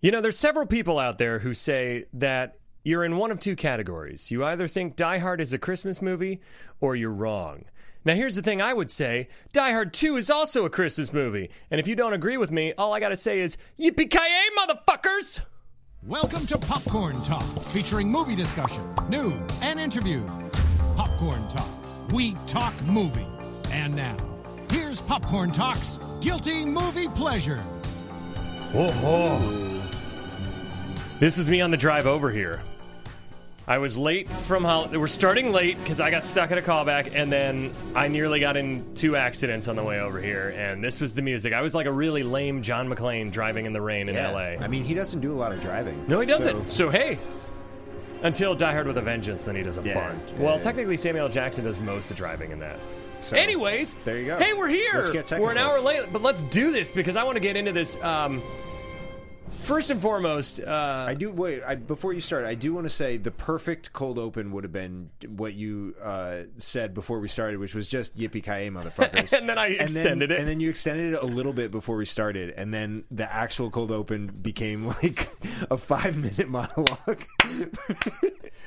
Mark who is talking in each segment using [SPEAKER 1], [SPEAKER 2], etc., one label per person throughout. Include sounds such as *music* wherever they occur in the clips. [SPEAKER 1] You know, there's several people out there who say that you're in one of two categories. You either think Die Hard is a Christmas movie or you're wrong. Now, here's the thing I would say Die Hard 2 is also a Christmas movie. And if you don't agree with me, all I gotta say is, Yippee ki yay, motherfuckers!
[SPEAKER 2] Welcome to Popcorn Talk, featuring movie discussion, news, and interviews. Popcorn Talk, we talk movies. And now, here's Popcorn Talk's Guilty Movie Pleasure.
[SPEAKER 1] Whoa. This was me on the drive over here. I was late from Hollywood. We're starting late because I got stuck at a callback, and then I nearly got in two accidents on the way over here. And this was the music. I was like a really lame John McClane driving in the rain in L.A.
[SPEAKER 3] I mean, he doesn't do a lot of driving.
[SPEAKER 1] no, he doesn't. So,
[SPEAKER 3] So-
[SPEAKER 1] hey, until Die Hard with a Vengeance, then he does a
[SPEAKER 3] Yeah,
[SPEAKER 1] bunch.
[SPEAKER 3] yeah,
[SPEAKER 1] well,
[SPEAKER 3] yeah.
[SPEAKER 1] technically, Samuel L. Jackson does most of the driving in that.
[SPEAKER 3] So,
[SPEAKER 1] Anyways,
[SPEAKER 3] there you go.
[SPEAKER 1] Hey, we're here.
[SPEAKER 3] Let's get
[SPEAKER 1] we're an
[SPEAKER 3] technical.
[SPEAKER 1] hour late, but let's do this because I want to get into this. Um, first and foremost, uh,
[SPEAKER 3] I do wait I, before you start. I do want to say the perfect cold open would have been what you uh, said before we started, which was just yippee ki motherfuckers.
[SPEAKER 1] *laughs* And then I extended it.
[SPEAKER 3] and then you extended it a little bit before we started, and then the actual cold open became *laughs* like a five minute monologue. *laughs*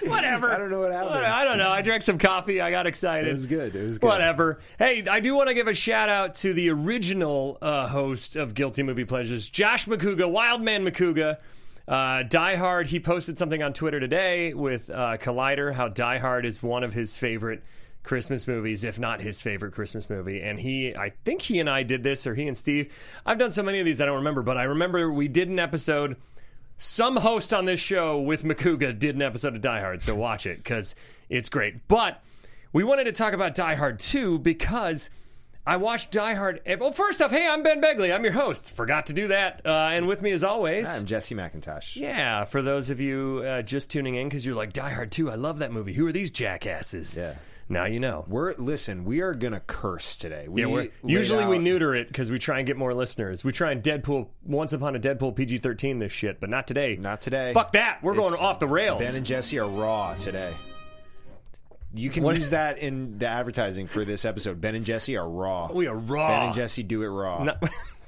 [SPEAKER 1] *laughs* Whatever.
[SPEAKER 3] I don't know what happened.
[SPEAKER 1] I don't know. I drank some coffee. I got excited.
[SPEAKER 3] It was good. It was good.
[SPEAKER 1] Whatever. Hey, I do want to give a shout out to the original uh, host of Guilty Movie Pleasures, Josh McCouga, Wildman McCouga. Uh, Die Hard. He posted something on Twitter today with uh, Collider how Die Hard is one of his favorite Christmas movies, if not his favorite Christmas movie. And he, I think he and I did this, or he and Steve. I've done so many of these, I don't remember, but I remember we did an episode some host on this show with Makuga did an episode of Die Hard, so watch it because it's great. But we wanted to talk about Die Hard 2 because I watched Die Hard. Well, first off, hey, I'm Ben Begley. I'm your host. Forgot to do that. Uh, and with me, as always,
[SPEAKER 3] I'm Jesse McIntosh.
[SPEAKER 1] yeah, for those of you uh, just tuning in because you're like, Die Hard 2, I love that movie. Who are these jackasses?
[SPEAKER 3] Yeah.
[SPEAKER 1] Now you know.
[SPEAKER 3] We're listen. We are gonna curse today. We
[SPEAKER 1] Yeah, we're,
[SPEAKER 3] laid
[SPEAKER 1] usually we
[SPEAKER 3] out-
[SPEAKER 1] neuter it because we try and get more listeners. We try and Deadpool, once upon a Deadpool PG 13 this shit, but not today.
[SPEAKER 3] Not today.
[SPEAKER 1] Fuck that. We're going
[SPEAKER 3] It's-
[SPEAKER 1] off the rails.
[SPEAKER 3] Ben and Jesse are raw today. You can use that in the advertising for this episode. Ben and Jesse are raw.
[SPEAKER 1] We are raw.
[SPEAKER 3] Ben and Jesse do it raw.
[SPEAKER 1] No, *laughs* I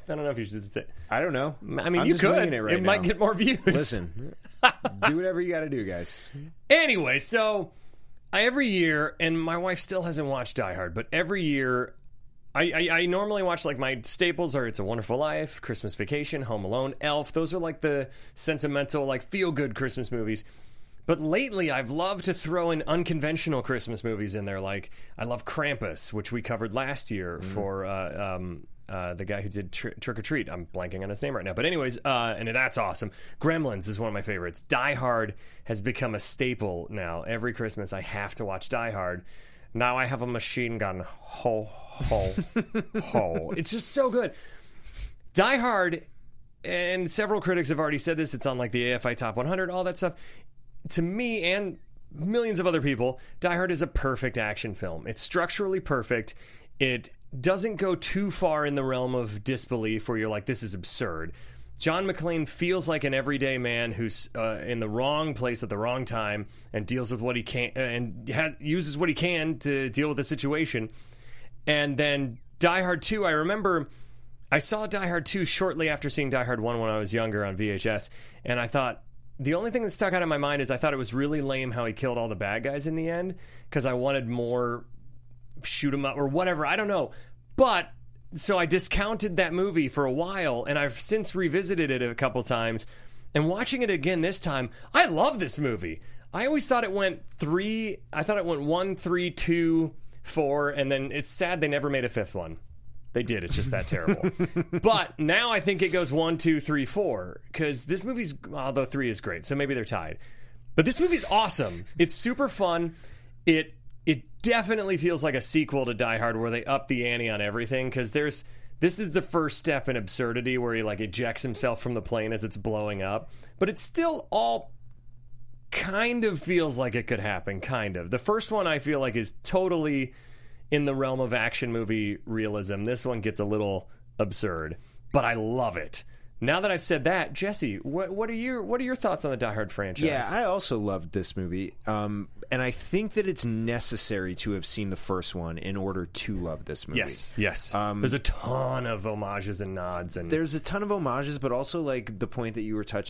[SPEAKER 1] don't know if you should say.
[SPEAKER 3] I don't know.
[SPEAKER 1] I mean,
[SPEAKER 3] I'm
[SPEAKER 1] you
[SPEAKER 3] just winging
[SPEAKER 1] could.
[SPEAKER 3] It, right now.
[SPEAKER 1] might get more views. *laughs*
[SPEAKER 3] Listen, do whatever you got to do, guys.
[SPEAKER 1] Anyway, so I, every year, and my wife still hasn't watched Die Hard, but every year, I, I, I normally watch like my staples are It's a Wonderful Life, Christmas Vacation, Home Alone, Elf. Those are like the sentimental, like feel good Christmas movies. But lately, I've loved to throw in unconventional Christmas movies in there. Like I love Krampus, which we covered last year for uh, um, uh, the guy who did tr- Trick or Treat. I'm blanking on his name right now, but anyways, uh, and that's awesome. Gremlins is one of my favorites. Die Hard has become a staple now. Every Christmas, I have to watch Die Hard. Now I have a machine gun. Ho ho ho! It's just so good. Die Hard, and several critics have already said this. It's on like the AFI Top 100, all that stuff. To me and millions of other people, Die Hard is a perfect action film. It's structurally perfect. It doesn't go too far in the realm of disbelief where you're like, this is absurd. John McClane feels like an everyday man who's uh, in the wrong place at the wrong time and deals with what he can uh, and ha- uses what he can to deal with the situation. And then Die Hard 2, I remember I saw Die Hard 2 shortly after seeing Die Hard 1 when I was younger on VHS, and I thought the only thing that stuck out in my mind is I thought it was really lame how he killed all the bad guys in the end because I wanted more shoot 'em up or whatever. I don't know. But so I discounted that movie for a while, and I've since revisited it a couple times. And watching it again this time, I love this movie. I always thought it went three. I thought it went one, three, two, four, and then it's sad they never made a fifth one. They did. It's just that terrible. but now I think it goes one, two, three, four. Because this movie's although three is great, so maybe they're tied. But this movie's awesome. It's super fun. It it definitely feels like a sequel to Die Hard where they up the ante on everything because there's this is the first step in absurdity where he like ejects himself from the plane as it's blowing up. But it's still all kind of feels like it could happen, kind of. The first one I feel like is totally in the realm of action movie realism. This one gets a little absurd, but I love it. Now that I've said that, Jesse, what, what are your what are your thoughts on the Die Hard franchise?
[SPEAKER 3] Yeah, I also loved this movie, um, and I think that it's necessary to have seen the first one in order to love this movie. Um,
[SPEAKER 1] Yes, yes. There's a ton of homages and nods, and
[SPEAKER 3] there's a ton of homages, but also like the point that you were touching.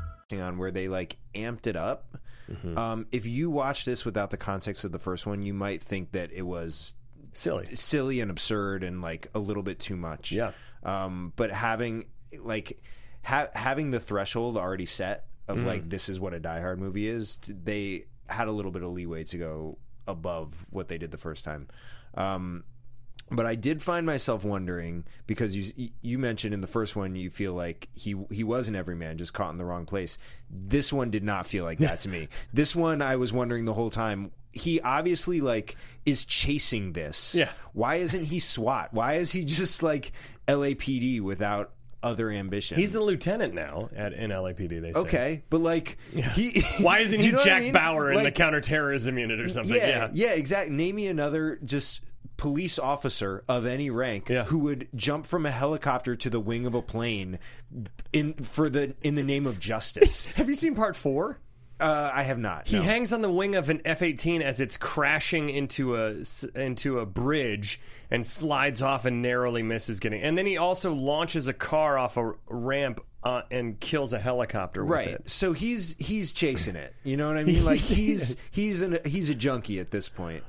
[SPEAKER 3] on where they like amped it up. Um, if you watch this without the context of the first one, you might think that it was
[SPEAKER 1] Silly.
[SPEAKER 3] silly and absurd and like a little bit too much.
[SPEAKER 1] Yeah.
[SPEAKER 3] Um, but having like ha- having the threshold already set of like this is what a Die Hard movie is, t- they had a little bit of leeway to go above what they did the first time. Um, but I did find myself wondering because you you mentioned in the first one you feel like he he was an everyman just caught in the wrong place. This one did not feel like that
[SPEAKER 1] *laughs*
[SPEAKER 3] to me. This one I was wondering the whole time. He obviously like is chasing this.
[SPEAKER 1] Yeah.
[SPEAKER 3] Why isn't he SWAT? Why is he *laughs* just like LAPD without other ambition?
[SPEAKER 1] He's the lieutenant now at in LAPD. They say.
[SPEAKER 3] okay, but like he.
[SPEAKER 1] Why isn't
[SPEAKER 3] Do
[SPEAKER 1] he
[SPEAKER 3] *laughs* you know what I
[SPEAKER 1] Jack
[SPEAKER 3] mean?
[SPEAKER 1] Bauer in the
[SPEAKER 3] Like,
[SPEAKER 1] counterterrorism unit or something?
[SPEAKER 3] yeah,
[SPEAKER 1] Yeah.
[SPEAKER 3] yeah, exactly. Name me another just police officer of any rank
[SPEAKER 1] Yeah.
[SPEAKER 3] who would jump from a helicopter to the wing of a plane in for the in the name
[SPEAKER 1] *laughs*
[SPEAKER 3] of justice.
[SPEAKER 1] Have you seen part four?
[SPEAKER 3] uh, I have not.
[SPEAKER 1] He
[SPEAKER 3] no.
[SPEAKER 1] hangs on the wing of an F-18 as it's crashing into a s- into a bridge and slides off and narrowly misses getting. And then he also launches a car off a r- ramp uh, and kills a helicopter with
[SPEAKER 3] right.
[SPEAKER 1] it.
[SPEAKER 3] So he's he's chasing it. You know
[SPEAKER 1] *laughs*
[SPEAKER 3] what I mean? Like he's he's an he's a junkie at this point.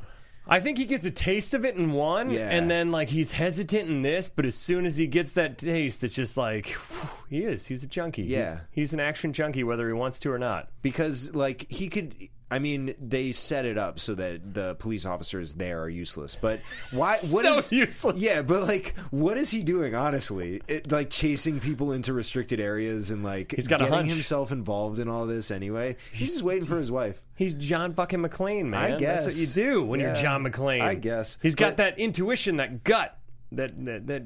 [SPEAKER 1] I think he gets a taste of it in one,
[SPEAKER 3] Yeah.
[SPEAKER 1] and then like he's hesitant in this, but as soon as he gets that taste, it's just like whew, he is. He's a junkie. He's-
[SPEAKER 3] Yeah.
[SPEAKER 1] he's, an action junkie, whether he wants to or not.
[SPEAKER 3] because like he could i mean they set it up so that the police officers there are useless but
[SPEAKER 1] *laughs*
[SPEAKER 3] why What
[SPEAKER 1] So
[SPEAKER 3] is
[SPEAKER 1] useless.
[SPEAKER 3] yeah but like what is he doing honestly it, like chasing people into restricted areas and like
[SPEAKER 1] He's got a
[SPEAKER 3] getting
[SPEAKER 1] hunch.
[SPEAKER 3] himself involved in all this anyway he's just waiting for his wife
[SPEAKER 1] He's John fucking McClane, man.
[SPEAKER 3] I guess
[SPEAKER 1] that's what you do when
[SPEAKER 3] Yeah.
[SPEAKER 1] you're John McClane.
[SPEAKER 3] I guess.
[SPEAKER 1] he's got
[SPEAKER 3] But-
[SPEAKER 1] that intuition, that gut, that that that,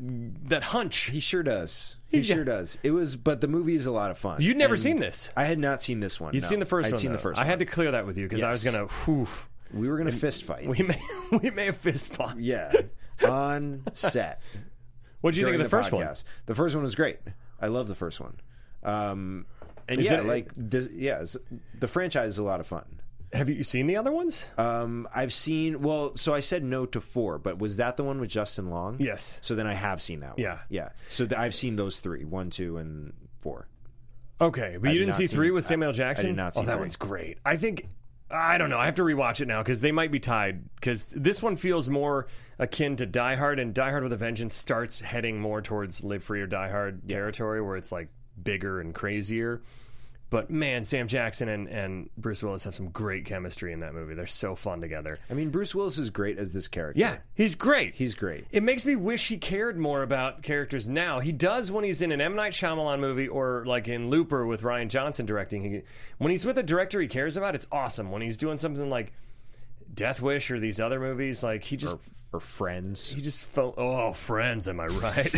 [SPEAKER 1] that hunch.
[SPEAKER 3] he sure does he sure does it was but the movie is a lot of fun
[SPEAKER 1] You'd never
[SPEAKER 3] And
[SPEAKER 1] seen this.
[SPEAKER 3] i had not seen this one
[SPEAKER 1] You'd
[SPEAKER 3] no.
[SPEAKER 1] seen the 1st
[SPEAKER 3] I'd
[SPEAKER 1] one.
[SPEAKER 3] seen the
[SPEAKER 1] though.
[SPEAKER 3] first
[SPEAKER 1] I had to
[SPEAKER 3] one.
[SPEAKER 1] clear that with you because I was
[SPEAKER 3] Yes.
[SPEAKER 1] gonna. Whew,
[SPEAKER 3] we were gonna fist fight
[SPEAKER 1] we may *laughs* we may have fist fought.
[SPEAKER 3] yeah *laughs* on set
[SPEAKER 1] What do you think
[SPEAKER 3] during
[SPEAKER 1] of the, first one?
[SPEAKER 3] podcast. The first one was great. I love the first one. Um, and
[SPEAKER 1] Is
[SPEAKER 3] yeah,
[SPEAKER 1] it-
[SPEAKER 3] like this, yeah, it's- the franchise is a lot of fun.
[SPEAKER 1] Have you seen the other ones?
[SPEAKER 3] Um, I've seen well, so I said no to four, but was that the one with Justin Long?
[SPEAKER 1] Yes.
[SPEAKER 3] So then I have seen that one.
[SPEAKER 1] Yeah.
[SPEAKER 3] yeah. So th- I've seen those three: one, two, and four.
[SPEAKER 1] Okay, but
[SPEAKER 3] I
[SPEAKER 1] you
[SPEAKER 3] did
[SPEAKER 1] didn't
[SPEAKER 3] not
[SPEAKER 1] see
[SPEAKER 3] see-
[SPEAKER 1] three with
[SPEAKER 3] I-
[SPEAKER 1] Samuel
[SPEAKER 3] I did
[SPEAKER 1] Jackson.
[SPEAKER 3] not
[SPEAKER 1] Oh,
[SPEAKER 3] see
[SPEAKER 1] that
[SPEAKER 3] three.
[SPEAKER 1] one's great. I think I don't know. I have to rewatch it now because they might be tied. Because this one feels more akin to Die Hard, and Die Hard with a Vengeance starts heading more towards Live Free or Die Hard territory, where it's like bigger and crazier. But man, Sam Jackson and, and Bruce Willis have some great chemistry in that movie. They're so fun together.
[SPEAKER 3] I mean, Bruce Willis is great as this character.
[SPEAKER 1] Yeah, he's great.
[SPEAKER 3] He's great.
[SPEAKER 1] It makes me wish he cared more about characters now. He does when he's in an M Night Shyamalan movie or like in Looper with Ryan Johnson directing. He, when he's with a director he cares about, it's awesome. When he's doing something like Death Wish or these other movies, like he just
[SPEAKER 3] Or friends.
[SPEAKER 1] he just phone. Oh, friends, am I right?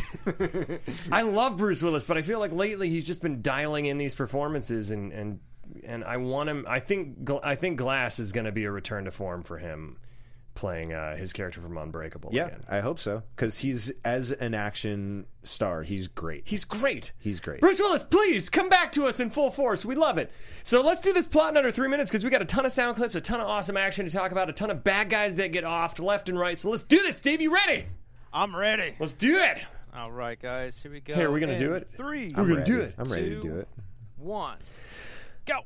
[SPEAKER 1] *laughs* I love Bruce Willis, but I feel like lately he's just been dialing in these performances, and and and I want him. I think Gl- I think Glass is going to be a return to form for him, playing uh, his character from Unbreakable.
[SPEAKER 3] yeah,
[SPEAKER 1] again.
[SPEAKER 3] I hope so because he's as an action star, he's great.
[SPEAKER 1] He's great.
[SPEAKER 3] He's great.
[SPEAKER 1] Bruce Willis, please come back to us in full force. We love it. So let's do this plot in under three minutes because we got a ton of sound clips, a ton of awesome action to talk about, a ton of bad guys that get offed left and right. So let's do this, Steve. You ready?
[SPEAKER 4] I'm ready.
[SPEAKER 1] Let's do it.
[SPEAKER 4] All right, guys, here we go.
[SPEAKER 1] Hey, are we gonna
[SPEAKER 4] In
[SPEAKER 1] do it?
[SPEAKER 4] Three,
[SPEAKER 1] We're gonna
[SPEAKER 3] ready.
[SPEAKER 1] do it.
[SPEAKER 3] I'm ready to
[SPEAKER 4] Two.
[SPEAKER 3] do it.
[SPEAKER 4] one, go.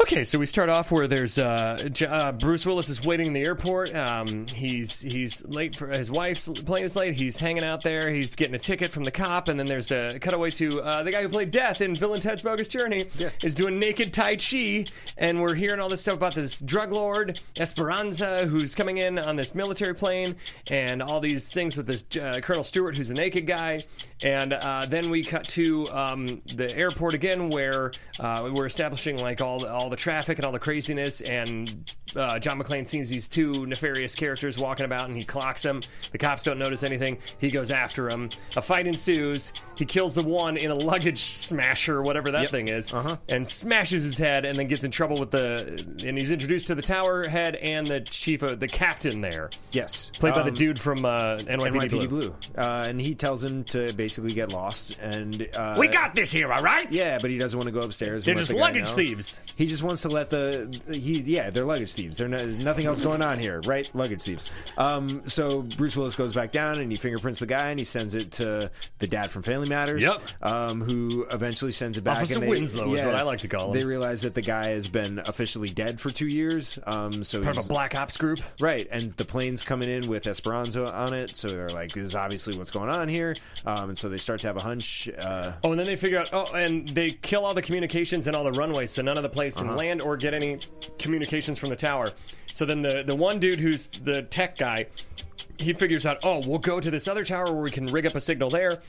[SPEAKER 1] Okay, so we start off where there's uh, J- uh, Bruce Willis is waiting in the airport. Um, he's he's late for his wife's plane is late. He's hanging out there. He's getting a ticket from the cop, and then there's a cutaway to uh, the guy who played Death in Bill and Ted's Bogus Journey is doing naked tai chi, and we're hearing all this stuff about this drug lord Esperanza who's coming in on this military plane, and all these things with this uh, Colonel Stewart who's a naked guy, and uh, then we cut to um, the airport again where uh, we're establishing like all all all the traffic and all the craziness, and uh, John McClane sees these two nefarious characters walking about, and he clocks them. The cops don't notice anything. He goes after them. A fight ensues. He kills the one in a luggage smasher, whatever that thing is,
[SPEAKER 3] Uh-huh.
[SPEAKER 1] and smashes his head, and then gets in trouble with the. And he's introduced to the tower head and the chief, of the captain there,
[SPEAKER 3] Yes,
[SPEAKER 1] played by the
[SPEAKER 3] Um,
[SPEAKER 1] dude from uh, NYPD,
[SPEAKER 3] NYPD Blue,
[SPEAKER 1] Blue.
[SPEAKER 3] Uh, and he tells him to basically get lost. And uh,
[SPEAKER 1] We got this here, all right?
[SPEAKER 3] Yeah, but he doesn't want to go upstairs.
[SPEAKER 1] They're
[SPEAKER 3] and let
[SPEAKER 1] just
[SPEAKER 3] the guy
[SPEAKER 1] luggage
[SPEAKER 3] know.
[SPEAKER 1] thieves.
[SPEAKER 3] He just wants to let the he yeah they're luggage thieves. There's no, nothing else going on here, right? Luggage thieves. Um, so Bruce Willis goes back down and he fingerprints the guy and he sends it to the dad from Family Matters.
[SPEAKER 1] Yep.
[SPEAKER 3] Um, who eventually sends it back.
[SPEAKER 1] Officer
[SPEAKER 3] and they,
[SPEAKER 1] Winslow is what I like to call him.
[SPEAKER 3] They realize that the guy has been officially dead for two years. Um, so
[SPEAKER 1] Part of
[SPEAKER 3] he's
[SPEAKER 1] a black ops group.
[SPEAKER 3] Right, and the plane's coming in with Esperanza on it, so they're like, "This is obviously what's going on here," um, and so they start to have a hunch. Uh,
[SPEAKER 1] Oh, and then they figure out. Oh, and they kill all the communications and all the runways, so none of the planes can land or get any communications from the tower. So then the the one dude who's the tech guy, he figures out. Oh, we'll go to this other tower where we can rig up a signal there.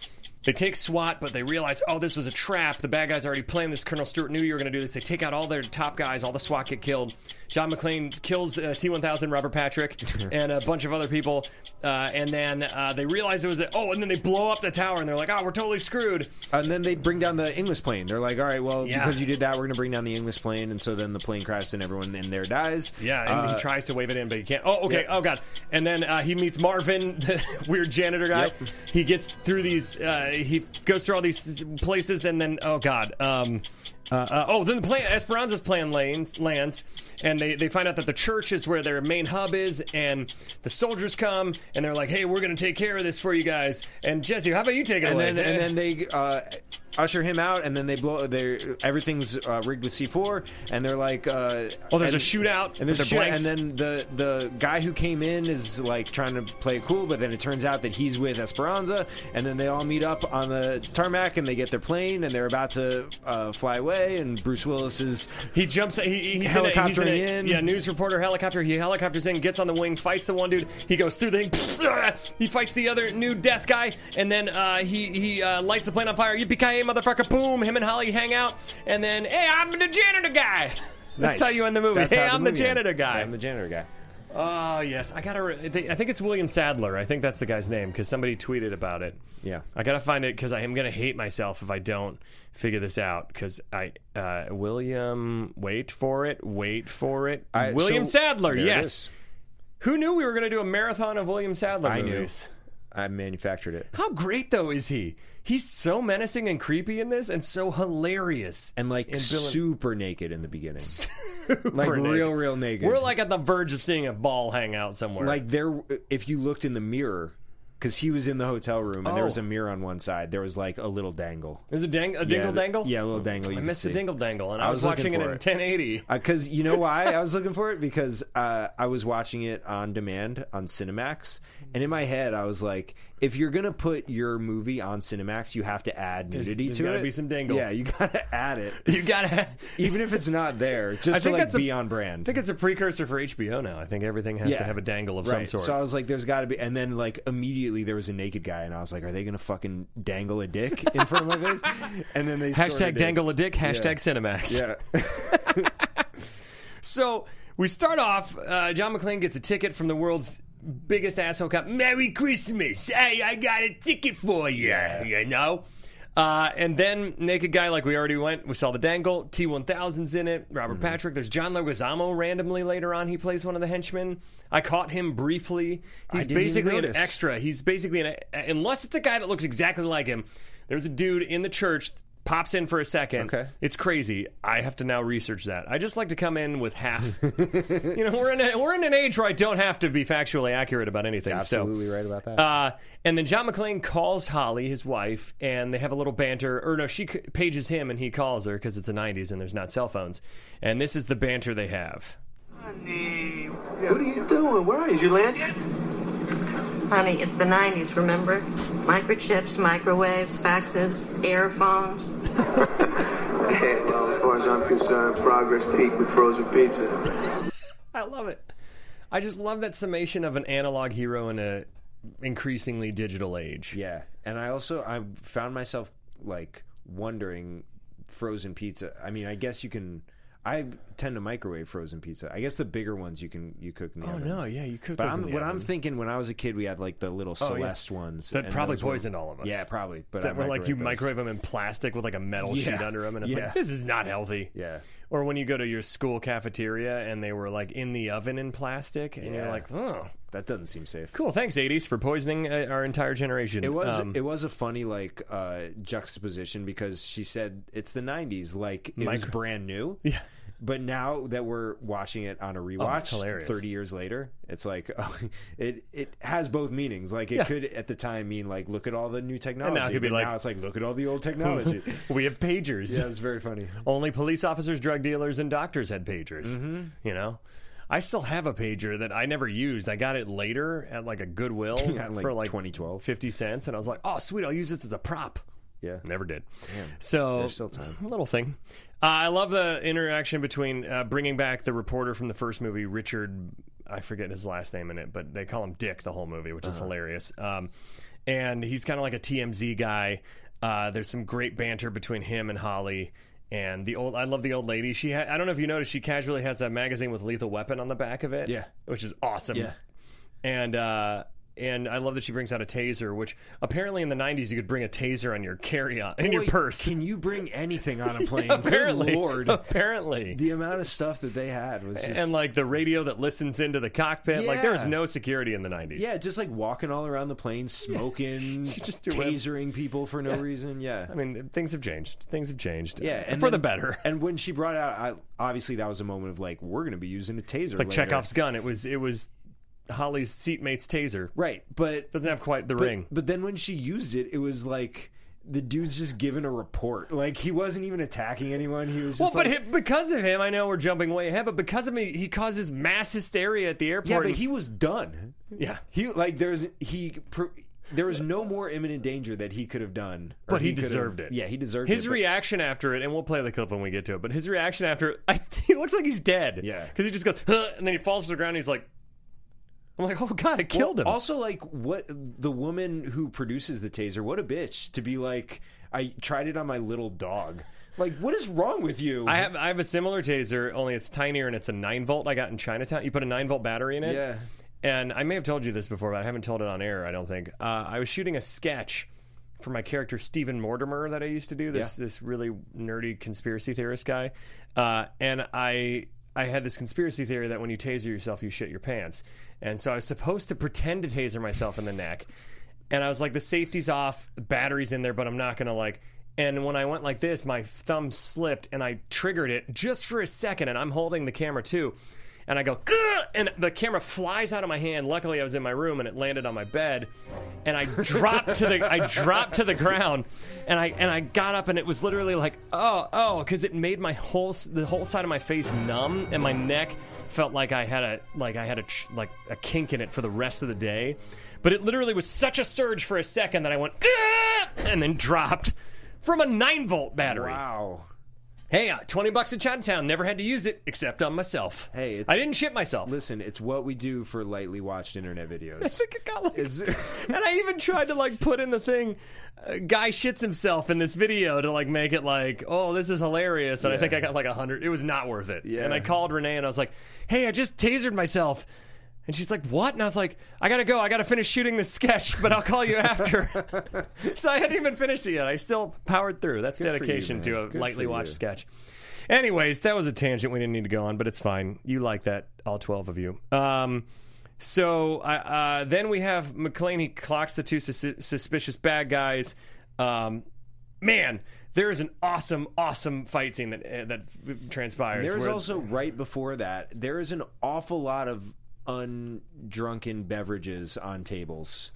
[SPEAKER 1] They take SWAT, but they realize, oh, this was a trap. The bad guys already planned this. Colonel Stewart knew you were going to do this. They take out all their top guys. All the SWAT get killed. John McClane kills uh, T1000 Robert Patrick and a bunch of other people. Uh, and then uh, they realize it was a, oh, and then they blow up the tower and they're like, oh, we're totally screwed.
[SPEAKER 3] and then they bring down the English plane. They're like, "All right, well,
[SPEAKER 1] Yeah.
[SPEAKER 3] because you did that, we're going to bring down the English plane," and so then the plane crashes and everyone in there dies.
[SPEAKER 1] Yeah, and
[SPEAKER 3] Uh,
[SPEAKER 1] he tries to wave it in, but he can't. Oh, okay.
[SPEAKER 3] Yeah.
[SPEAKER 1] Oh, god. And then uh, he meets Marvin, *laughs* the weird janitor guy.
[SPEAKER 3] Yep.
[SPEAKER 1] He gets through these. Uh, he goes through all these places, and then oh god. Um, uh, uh, oh, then the plan, Esperanza's plan lanes, lands, and they, they find out that the church is where their main hub is, and the soldiers come, and they're like, "Hey, we're gonna take care of this for you guys." And Jesse, how about you take it
[SPEAKER 3] and
[SPEAKER 1] away?
[SPEAKER 3] then and then they uh, usher him out, and then they blow. They everything's uh, rigged with C four, and they're like, uh,
[SPEAKER 1] Oh, there's
[SPEAKER 3] and-
[SPEAKER 1] a shootout
[SPEAKER 3] and there's
[SPEAKER 1] with
[SPEAKER 3] a
[SPEAKER 1] their
[SPEAKER 3] shoot-
[SPEAKER 1] blanks.
[SPEAKER 3] and then the the guy who came in is like trying to play it cool, but then it turns out that he's with Esperanza, and then they all meet up on the tarmac, and they get their plane, and they're about to uh, fly away, and Bruce Willis is
[SPEAKER 1] He jumps. He, he- he's in a- he's in. A,
[SPEAKER 3] Helicoptering in.
[SPEAKER 1] Yeah, news reporter helicopter. He helicopters in, gets on the wing, fights the one dude. He goes through the thing. *laughs* He fights the other new death guy, and then uh, he he uh, lights the plane on fire. Yippee ki motherfucker! Boom! Him and Holly hang out, and then hey, I'm the janitor guy. *laughs* That's
[SPEAKER 3] nice.
[SPEAKER 1] how you end the movie.
[SPEAKER 3] That's
[SPEAKER 1] hey,
[SPEAKER 3] how
[SPEAKER 1] I'm the,
[SPEAKER 3] movie
[SPEAKER 1] janitor
[SPEAKER 3] ends.
[SPEAKER 1] guy.
[SPEAKER 3] I'm the janitor guy.
[SPEAKER 1] Oh yes, I gotta. Re- I think- I think it's William Sadler. I think that's the guy's name because somebody tweeted about it.
[SPEAKER 3] Yeah.
[SPEAKER 1] I gotta find it because I am gonna hate myself if I don't figure this out. Because I, uh, William, wait for it, wait for it.
[SPEAKER 3] I-
[SPEAKER 1] William
[SPEAKER 3] so-
[SPEAKER 1] Sadler.
[SPEAKER 3] there it
[SPEAKER 1] Yes.
[SPEAKER 3] is.
[SPEAKER 1] Who knew we were gonna do a marathon of William Sadler
[SPEAKER 3] I knew.
[SPEAKER 1] movies?
[SPEAKER 3] I manufactured it.
[SPEAKER 1] How great though is he? He's so menacing and creepy in this, and so hilarious.
[SPEAKER 3] And like
[SPEAKER 1] in Bill
[SPEAKER 3] super naked in the beginning, like
[SPEAKER 1] Super naked.
[SPEAKER 3] real, real naked.
[SPEAKER 1] We're like at the verge of seeing a ball hang out somewhere.
[SPEAKER 3] like there if you looked in the mirror because he was in the hotel room and there was
[SPEAKER 1] Oh.
[SPEAKER 3] a mirror on one side there was like a little dangle
[SPEAKER 1] there's a, dang- a dingle
[SPEAKER 3] yeah,
[SPEAKER 1] dangle.
[SPEAKER 3] yeah a little dangle you
[SPEAKER 1] I
[SPEAKER 3] could
[SPEAKER 1] missed the
[SPEAKER 3] see.
[SPEAKER 1] dingle dangle, and I,
[SPEAKER 3] I
[SPEAKER 1] was,
[SPEAKER 3] was looking
[SPEAKER 1] watching it in
[SPEAKER 3] for it. *laughs*
[SPEAKER 1] 1080.
[SPEAKER 3] because you know why I was looking for it because uh, I was watching it on demand on Cinemax, and in my head I was like, if you're gonna put your movie on Cinemax, you have to add nudity
[SPEAKER 1] there's
[SPEAKER 3] to
[SPEAKER 1] gotta
[SPEAKER 3] it.
[SPEAKER 1] be some dangle.
[SPEAKER 3] Yeah, you *laughs* gotta add it,
[SPEAKER 1] you
[SPEAKER 3] *laughs*
[SPEAKER 1] gotta.
[SPEAKER 3] even if it's not there,
[SPEAKER 1] I
[SPEAKER 3] just to
[SPEAKER 1] think
[SPEAKER 3] like
[SPEAKER 1] that's a-
[SPEAKER 3] be on
[SPEAKER 1] I
[SPEAKER 3] brand.
[SPEAKER 1] think it's a precursor for HBO now. I think everything has to have a dangle of
[SPEAKER 3] right.
[SPEAKER 1] some sort.
[SPEAKER 3] So I was like, "There's got to be," and then like immediately there was a naked guy, and I was like, "Are they gonna fucking dangle a dick in front of my face?"
[SPEAKER 1] *laughs*
[SPEAKER 3] And then they sorta
[SPEAKER 1] hashtag
[SPEAKER 3] did.
[SPEAKER 1] dangle a dick. Hashtag Cinemax.
[SPEAKER 3] *laughs* Yeah,
[SPEAKER 1] So we start off. Uh, John McClane gets a ticket from the world's biggest asshole cop. Merry Christmas! Hey, I got a ticket for you. You know. Uh, and then naked guy, like we already went, we saw the dangle. T one thousands in it.
[SPEAKER 3] Mm-hmm.
[SPEAKER 1] Robert Patrick. There's John Leguizamo randomly later on. He plays one of the henchmen. I caught him briefly. He's
[SPEAKER 3] didn't even
[SPEAKER 1] basically an
[SPEAKER 3] notice.
[SPEAKER 1] extra. He's basically an unless it's a guy that looks exactly like him. There's a dude in the church pops in for a second.
[SPEAKER 3] Okay.
[SPEAKER 1] It's crazy. I have to now research that. I just like to come in with half. *laughs* you know, we're in a, we're in an age where I don't have to be factually accurate about anything.
[SPEAKER 3] absolutely
[SPEAKER 1] so.
[SPEAKER 3] right about that.
[SPEAKER 1] Uh, and then John McClane calls Holly, his wife, and they have a little banter. Or no, she c- pages him and he calls her because it's the 90s and there's not cell phones. And this is the banter they have.
[SPEAKER 5] Honey, what are you doing? Where are you? Did you land yet?
[SPEAKER 6] Honey, it's the 90s, remember? Microchips, microwaves, faxes, earphones.
[SPEAKER 5] Hey, well, as far as I'm concerned, progress peaked with frozen pizza.
[SPEAKER 1] I love it. I just love that summation of an analog hero in a increasingly digital age.
[SPEAKER 3] yeah, and I also I found myself like wondering frozen pizza. I mean, I guess you can. I tend to microwave frozen pizza. I guess the bigger ones you can you cook in the
[SPEAKER 1] Oh
[SPEAKER 3] oven.
[SPEAKER 1] no, yeah, you could.
[SPEAKER 3] But I'm, what I'm thinking when I was a kid, we had like the little
[SPEAKER 1] Oh, yeah.
[SPEAKER 3] Celeste ones
[SPEAKER 1] That
[SPEAKER 3] and
[SPEAKER 1] probably
[SPEAKER 3] those were-
[SPEAKER 1] poisoned all of us.
[SPEAKER 3] Yeah, probably. But I
[SPEAKER 1] that were like you
[SPEAKER 3] those.
[SPEAKER 1] microwave them in plastic with like a metal
[SPEAKER 3] Yeah.
[SPEAKER 1] sheet under them, and it's
[SPEAKER 3] Yeah.
[SPEAKER 1] like this is not healthy.
[SPEAKER 3] Yeah.
[SPEAKER 1] Or when you go to your school cafeteria and they were like in the oven in plastic, and you're
[SPEAKER 3] Yeah.
[SPEAKER 1] like, oh,
[SPEAKER 3] That doesn't seem safe.
[SPEAKER 1] cool. Thanks, 80s, for poisoning uh, our entire generation.
[SPEAKER 3] It was
[SPEAKER 1] Um,
[SPEAKER 3] it was a funny like uh, juxtaposition because she said it's the '90s, like it was
[SPEAKER 1] Micro-
[SPEAKER 3] brand new.
[SPEAKER 1] *laughs* Yeah. Oh,
[SPEAKER 3] But now that we're watching it on a rewatch,
[SPEAKER 1] hilarious.
[SPEAKER 3] thirty years later, it's like *laughs* oh, it it has both meanings. Like it
[SPEAKER 1] Yeah.
[SPEAKER 3] could at the time mean like look at all the new technology,
[SPEAKER 1] could be
[SPEAKER 3] but
[SPEAKER 1] like-
[SPEAKER 3] now it's like look at all the
[SPEAKER 1] *laughs*
[SPEAKER 3] old technology.
[SPEAKER 1] we have pagers.
[SPEAKER 3] yeah, it's very funny.
[SPEAKER 1] Only police officers, drug dealers, and doctors had pagers.
[SPEAKER 3] Mm-hmm.
[SPEAKER 1] You know, I still have a pager that I never used. I got it later at like a
[SPEAKER 3] *laughs*
[SPEAKER 1] Goodwill
[SPEAKER 3] Yeah, like
[SPEAKER 1] for like
[SPEAKER 3] 2012.
[SPEAKER 1] fifty cents, and I was like, "Oh, sweet! I'll use this as a prop."
[SPEAKER 3] Yeah.
[SPEAKER 1] never did. so
[SPEAKER 3] there's still time.
[SPEAKER 1] Little thing. Uh, I love the interaction between uh, bringing back the reporter from the first movie, Richard. I forget his last name in it, but they call him Dick the whole movie, which is
[SPEAKER 3] Uh-huh.
[SPEAKER 1] hilarious. Um, and he's kind of like a TMZ guy. Uh, there's some great banter between him and Holly. And the old, I love the old lady. She, ha- I don't know if you noticed, she casually has a magazine with Lethal Weapon on the back of it.
[SPEAKER 3] Yeah.
[SPEAKER 1] which is awesome
[SPEAKER 3] Yeah.
[SPEAKER 1] and uh, and I love that she brings out a taser, which apparently in the '90s you could bring a taser on your carry on in *laughs* your
[SPEAKER 3] Boy,
[SPEAKER 1] purse.
[SPEAKER 3] Can you bring anything on
[SPEAKER 1] *laughs*
[SPEAKER 3] a plane?
[SPEAKER 1] apparently,
[SPEAKER 3] Good
[SPEAKER 1] *laughs*
[SPEAKER 3] lord.
[SPEAKER 1] apparently,
[SPEAKER 3] The amount of stuff that they had was just
[SPEAKER 1] and like the radio that listens into the cockpit, like there was
[SPEAKER 3] Yeah.
[SPEAKER 1] no security in the '90s.
[SPEAKER 3] Yeah, just like walking all around
[SPEAKER 1] *laughs*
[SPEAKER 3] the plane, smoking,
[SPEAKER 1] You just do whatever.
[SPEAKER 3] tasering people for no reason. Yeah.
[SPEAKER 1] I mean things have changed. Things have changed.
[SPEAKER 3] yeah,
[SPEAKER 1] for the
[SPEAKER 3] then-
[SPEAKER 1] better.
[SPEAKER 3] And when she brought out, I, obviously that was a moment of like, we're going to be using a taser.
[SPEAKER 1] It's like
[SPEAKER 3] later.
[SPEAKER 1] Chekhov's gun. It was it was Holly's seatmate's taser.
[SPEAKER 3] right? But
[SPEAKER 1] Doesn't have quite the
[SPEAKER 3] but,
[SPEAKER 1] ring.
[SPEAKER 3] But then when she used it, it was like the dude's just given a report. Like he wasn't even attacking anyone. He was
[SPEAKER 1] Well,
[SPEAKER 3] just
[SPEAKER 1] but
[SPEAKER 3] like,
[SPEAKER 1] hi- because of him, I know we're jumping way ahead. But because of me, he causes mass hysteria at the airport.
[SPEAKER 3] yeah, but
[SPEAKER 1] and-
[SPEAKER 3] he was done.
[SPEAKER 1] yeah,
[SPEAKER 3] He like there's he. Pr- there was no more imminent danger that he could have done, or
[SPEAKER 1] But he,
[SPEAKER 3] could have-
[SPEAKER 1] deserved it.
[SPEAKER 3] Yeah, he deserved
[SPEAKER 1] his
[SPEAKER 3] it. but-
[SPEAKER 1] reaction after it, and we'll play the clip when we get to it. But his reaction after *laughs* it, I, he looks like he's dead.
[SPEAKER 3] Yeah.
[SPEAKER 1] because he just goes, huh, and then he falls to the ground. and He's like, I'm like, oh god, it killed him.
[SPEAKER 3] Also, like, what the woman who produces the taser, what a bitch to be like, I tried it on my little dog. Like, what is wrong with you?
[SPEAKER 1] I have I have a similar taser, only it's tinier and it's a nine volt. I got in Chinatown. You put a nine volt battery in it.
[SPEAKER 3] Yeah.
[SPEAKER 1] And I may have told you this before, but I haven't told it on air. I don't think. Uh, I was shooting a sketch for my character Stephen Mortimer that I used to do. This this really nerdy conspiracy theorist guy, uh, and I. I had this conspiracy theory that when you taser yourself, you shit your pants. And so I was supposed to pretend to taser myself in the neck. And I was like, the safety's off, the battery's in there, but I'm not gonna like. And when I went like this, my thumb slipped and I triggered it just for a second, and I'm holding the camera too. And I go, "Gah!" and the camera flies out of my hand. Luckily, I was in my room and it landed on my bed. And I dropped to the I dropped to the ground, and I and I got up and it was literally like, oh oh, because it made my whole s- the whole side of my face numb and my neck felt like I had a like I had a ch- like a kink in it for the rest of the day, but it literally was such a surge for a second that I went "Ah!" and then dropped from a nine volt battery.
[SPEAKER 3] wow.
[SPEAKER 1] Hey, uh, twenty bucks in Chinatown. Never had to use it except on myself.
[SPEAKER 3] Hey, it's-
[SPEAKER 1] I didn't shit myself.
[SPEAKER 3] Listen, it's what we do for lightly watched internet
[SPEAKER 1] *laughs*
[SPEAKER 3] videos.
[SPEAKER 1] It got, like- *laughs*
[SPEAKER 3] Is-
[SPEAKER 1] and I even tried to like put in the thing, uh, guy shits himself in this video to like make it like, oh, this is hilarious. And I think I got like a hundred. It was not worth it.
[SPEAKER 3] Yeah.
[SPEAKER 1] And I called Renee and I was like, hey, I just tasered myself. And she's like, what? And I was like, I gotta go. I gotta finish shooting this sketch, but I'll call you after. *laughs* so I hadn't even finished it yet. I still powered through. That's
[SPEAKER 3] for you,
[SPEAKER 1] dedication
[SPEAKER 3] man.
[SPEAKER 1] to a
[SPEAKER 3] Good for
[SPEAKER 1] lightly watched
[SPEAKER 3] you.
[SPEAKER 1] sketch. Anyways, that was a tangent we didn't need to go on, but it's fine. You like that, all 12 of you. Um, so I- uh, then we have McLean. He clocks the two sus- suspicious bad guys. Um, man, there is an awesome, awesome fight scene that uh, that transpires.
[SPEAKER 3] There is
[SPEAKER 1] where-
[SPEAKER 3] also right before that. There is an awful lot of undrunken beverages on tables.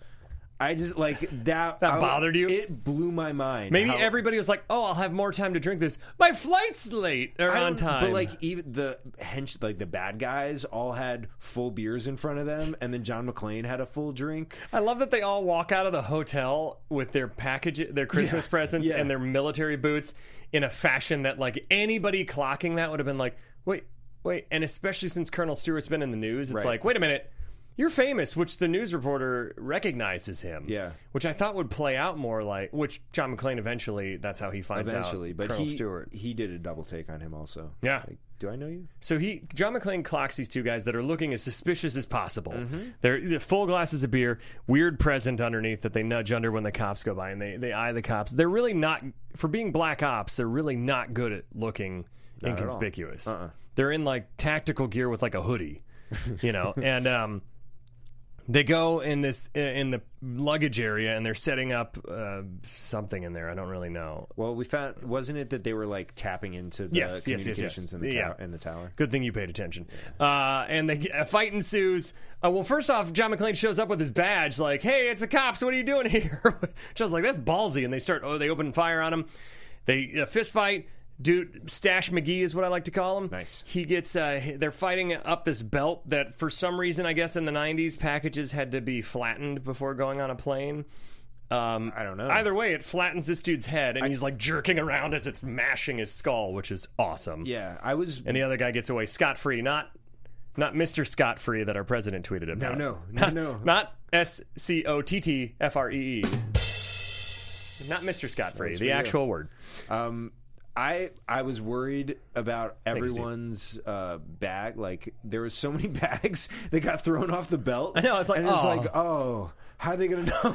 [SPEAKER 3] I just like that.
[SPEAKER 1] That
[SPEAKER 3] I-
[SPEAKER 1] bothered you?
[SPEAKER 3] It blew my mind.
[SPEAKER 1] maybe
[SPEAKER 3] how-
[SPEAKER 1] everybody was like, "Oh, I'll have more time to drink this. My flight's late or
[SPEAKER 3] I
[SPEAKER 1] on
[SPEAKER 3] don't-
[SPEAKER 1] time."
[SPEAKER 3] But like even the hench, like the bad guys, all had full beers in front of them, and then John McClane had a full drink.
[SPEAKER 1] I love that they all walk out of the hotel with their package, their Christmas presents,
[SPEAKER 3] yeah.
[SPEAKER 1] and their military boots in a fashion that like anybody clocking that would have been like, wait, wait, and especially since Colonel Stewart's been in the news, it's
[SPEAKER 3] Right.
[SPEAKER 1] like, wait a minute, you're famous, which the news reporter recognizes him.
[SPEAKER 3] Yeah.
[SPEAKER 1] Which I thought would play out more like, which John McClane eventually, that's how he finds
[SPEAKER 3] eventually,
[SPEAKER 1] out.
[SPEAKER 3] but
[SPEAKER 1] Colonel
[SPEAKER 3] he
[SPEAKER 1] Stewart.
[SPEAKER 3] he did a double take on him also.
[SPEAKER 1] Yeah.
[SPEAKER 3] Like, do I know you?
[SPEAKER 1] So he, John McClane clocks these two guys that are looking as suspicious as possible. They're, they're full glasses of beer, weird present underneath that they nudge under when the cops go by, and they, they eye the cops. They're really not, for being black ops, they're really not good at looking inconspicuous. They're in like tactical gear with like a hoodie, you know, and um, they go in this in the luggage area and they're setting up uh, something in there. I don't really know.
[SPEAKER 3] Well, we found wasn't it that they were like tapping into the
[SPEAKER 1] Yes, yes, yes, yes.
[SPEAKER 3] communications in the
[SPEAKER 1] Yeah.
[SPEAKER 3] tower, in the tower?
[SPEAKER 1] Good thing you paid attention. Uh, and they, a fight ensues. Uh, well, first off, John McClane shows up with his badge, like, "Hey, it's the cops. What are you doing *laughs* here?" Which I was like, "That's ballsy." And they start. Oh, they open fire on him. They uh, fist fight. Dude, Stash McGee is what I like to call him.
[SPEAKER 3] Nice.
[SPEAKER 1] He gets. Uh, they're fighting up this belt that, for some reason, I guess in the '90s, packages had to be flattened before going on a plane. Um,
[SPEAKER 3] I don't know.
[SPEAKER 1] Either way, it flattens this dude's head, and he's like jerking around as it's mashing his skull, which is awesome
[SPEAKER 3] Yeah, I was.
[SPEAKER 1] and the other guy gets away scot free. Not not Mr. Scot free that our president tweeted
[SPEAKER 3] no,
[SPEAKER 1] about.
[SPEAKER 3] no, no, no.
[SPEAKER 1] Not S C O T T F R E E. Not Mr. Scot free.
[SPEAKER 3] That's
[SPEAKER 1] The
[SPEAKER 3] for you.
[SPEAKER 1] actual word.
[SPEAKER 3] I I was worried about
[SPEAKER 1] you, Steve.
[SPEAKER 3] everyone's uh, bag. Like there were so *laughs* many bags that got thrown off the belt. I
[SPEAKER 1] know, it's like,
[SPEAKER 3] and it's
[SPEAKER 1] oh.
[SPEAKER 3] like oh. How are they gonna *laughs* know?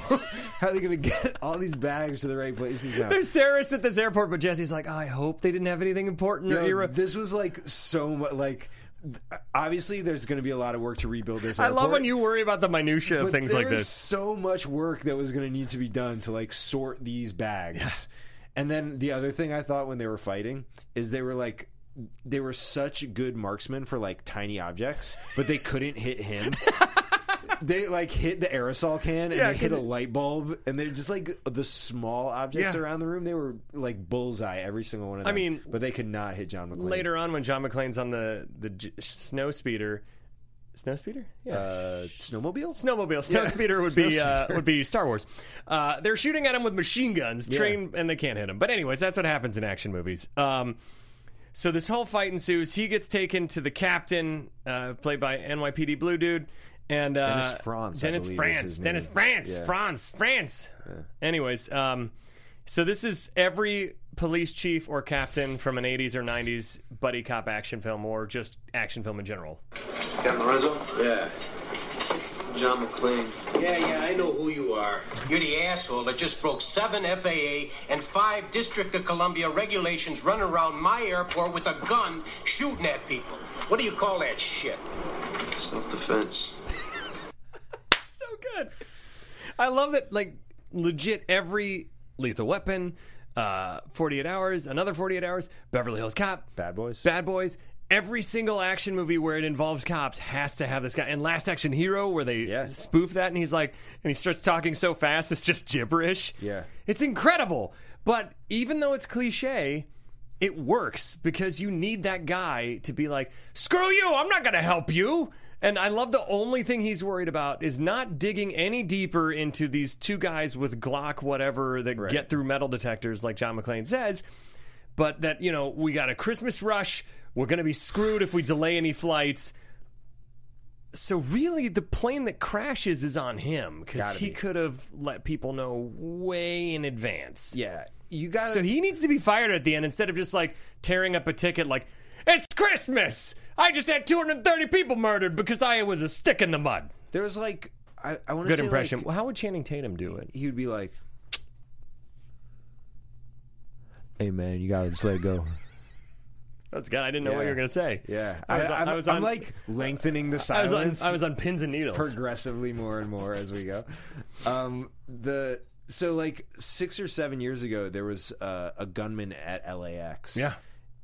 [SPEAKER 3] How are they gonna get all these bags to the right places now?
[SPEAKER 1] There's terrorists at this airport, but Jesse's like, "Oh, I hope they didn't have anything important.
[SPEAKER 3] Yo,
[SPEAKER 1] or irre-"
[SPEAKER 3] this was like so much. Like th- obviously, there's gonna be a lot of work to rebuild this.
[SPEAKER 1] I love
[SPEAKER 3] airport.
[SPEAKER 1] when you worry about the minutia of
[SPEAKER 3] But
[SPEAKER 1] things
[SPEAKER 3] there
[SPEAKER 1] like
[SPEAKER 3] is
[SPEAKER 1] this.
[SPEAKER 3] So much work that was going to need to be done to like sort these bags. And then the other thing I thought when they were fighting is they were like they were such good marksmen for like tiny objects, but they couldn't
[SPEAKER 1] *laughs*
[SPEAKER 3] hit him. They like hit the aerosol can and
[SPEAKER 1] Yeah,
[SPEAKER 3] they hit a
[SPEAKER 1] can-
[SPEAKER 3] light bulb and they're just like the small objects
[SPEAKER 1] Yeah.
[SPEAKER 3] around the room. They were like bullseye every single one of them.
[SPEAKER 1] mean,
[SPEAKER 3] but they could not hit John McClane.
[SPEAKER 1] Later on, when John McClane's on the the j- snow speeder, snow speeder, yeah,
[SPEAKER 3] uh, snowmobile.
[SPEAKER 1] snowmobile. Snow
[SPEAKER 3] Yeah.
[SPEAKER 1] speeder would
[SPEAKER 3] *laughs* Snow
[SPEAKER 1] be uh,
[SPEAKER 3] speeder.
[SPEAKER 1] would be Star Wars. Uh, they're shooting at him with machine guns, train, and they can't hit him. But anyways, that's what happens in action movies. Um, so this whole fight ensues. He gets taken to the captain, uh, played by NYPD Blue Dude, and uh,
[SPEAKER 3] Dennis Franz, I
[SPEAKER 1] Dennis
[SPEAKER 3] believe is
[SPEAKER 1] France.
[SPEAKER 3] his
[SPEAKER 1] Dennis
[SPEAKER 3] name.
[SPEAKER 1] France.
[SPEAKER 3] Yeah.
[SPEAKER 1] Franz. France. Anyways, um, so this is every police chief or captain from an 80s or 90s buddy cop action film or just action film in general.
[SPEAKER 5] Captain Lorenzo?
[SPEAKER 7] Yeah.
[SPEAKER 5] John McClane.
[SPEAKER 7] Yeah, yeah, I know who you are. You're the asshole that just broke seven FAA and five District of Columbia regulations running around my airport with a gun shooting at people. What do you call that shit?
[SPEAKER 5] Self defense.
[SPEAKER 1] *laughs* so good. I love that, like, legit every lethal weapon, uh, 48 hours, another 48 hours, Beverly Hills Cop,
[SPEAKER 3] Bad Boys.
[SPEAKER 1] Bad Boys. Every single action movie where it involves cops has to have this guy. And Last Action Hero, where they
[SPEAKER 3] Yeah.
[SPEAKER 1] spoof that, and he's like, and he starts talking so fast, it's just gibberish.
[SPEAKER 3] Yeah.
[SPEAKER 1] It's incredible. But even though it's cliche, it works because you need that guy to be like, screw you, I'm not going to help you. And I love the only thing he's worried about is not digging any deeper into these two guys with Glock, whatever, that get through metal detectors, like John McClane says, but that, you know, we got a Christmas rush. We're going to be screwed if we delay any flights. So, really, the plane that crashes is on him because
[SPEAKER 3] Gotta
[SPEAKER 1] he
[SPEAKER 3] be.
[SPEAKER 1] could have let people know way in advance.
[SPEAKER 3] Yeah, you got.
[SPEAKER 1] So he needs to be fired at the end instead of just like tearing up a ticket like, it's Christmas! I just had 230 people murdered because I was a stick in the mud.
[SPEAKER 3] there was like I, I want to
[SPEAKER 1] Good
[SPEAKER 3] say
[SPEAKER 1] impression.
[SPEAKER 3] Like,
[SPEAKER 1] Well, How would Channing Tatum do it?
[SPEAKER 3] he would be like, "Hey man, you gotta just let it go."
[SPEAKER 1] That's good. I didn't know what you were going to say.
[SPEAKER 3] Yeah,
[SPEAKER 1] I was,
[SPEAKER 3] I'm,
[SPEAKER 1] I was
[SPEAKER 3] I'm
[SPEAKER 1] on,
[SPEAKER 3] like lengthening the
[SPEAKER 1] I was,
[SPEAKER 3] silence
[SPEAKER 1] on, I was on pins and needles.
[SPEAKER 3] progressively more and more as we go. Um, the so like six or seven years ago, there was uh, a gunman at LAX.
[SPEAKER 1] Yeah.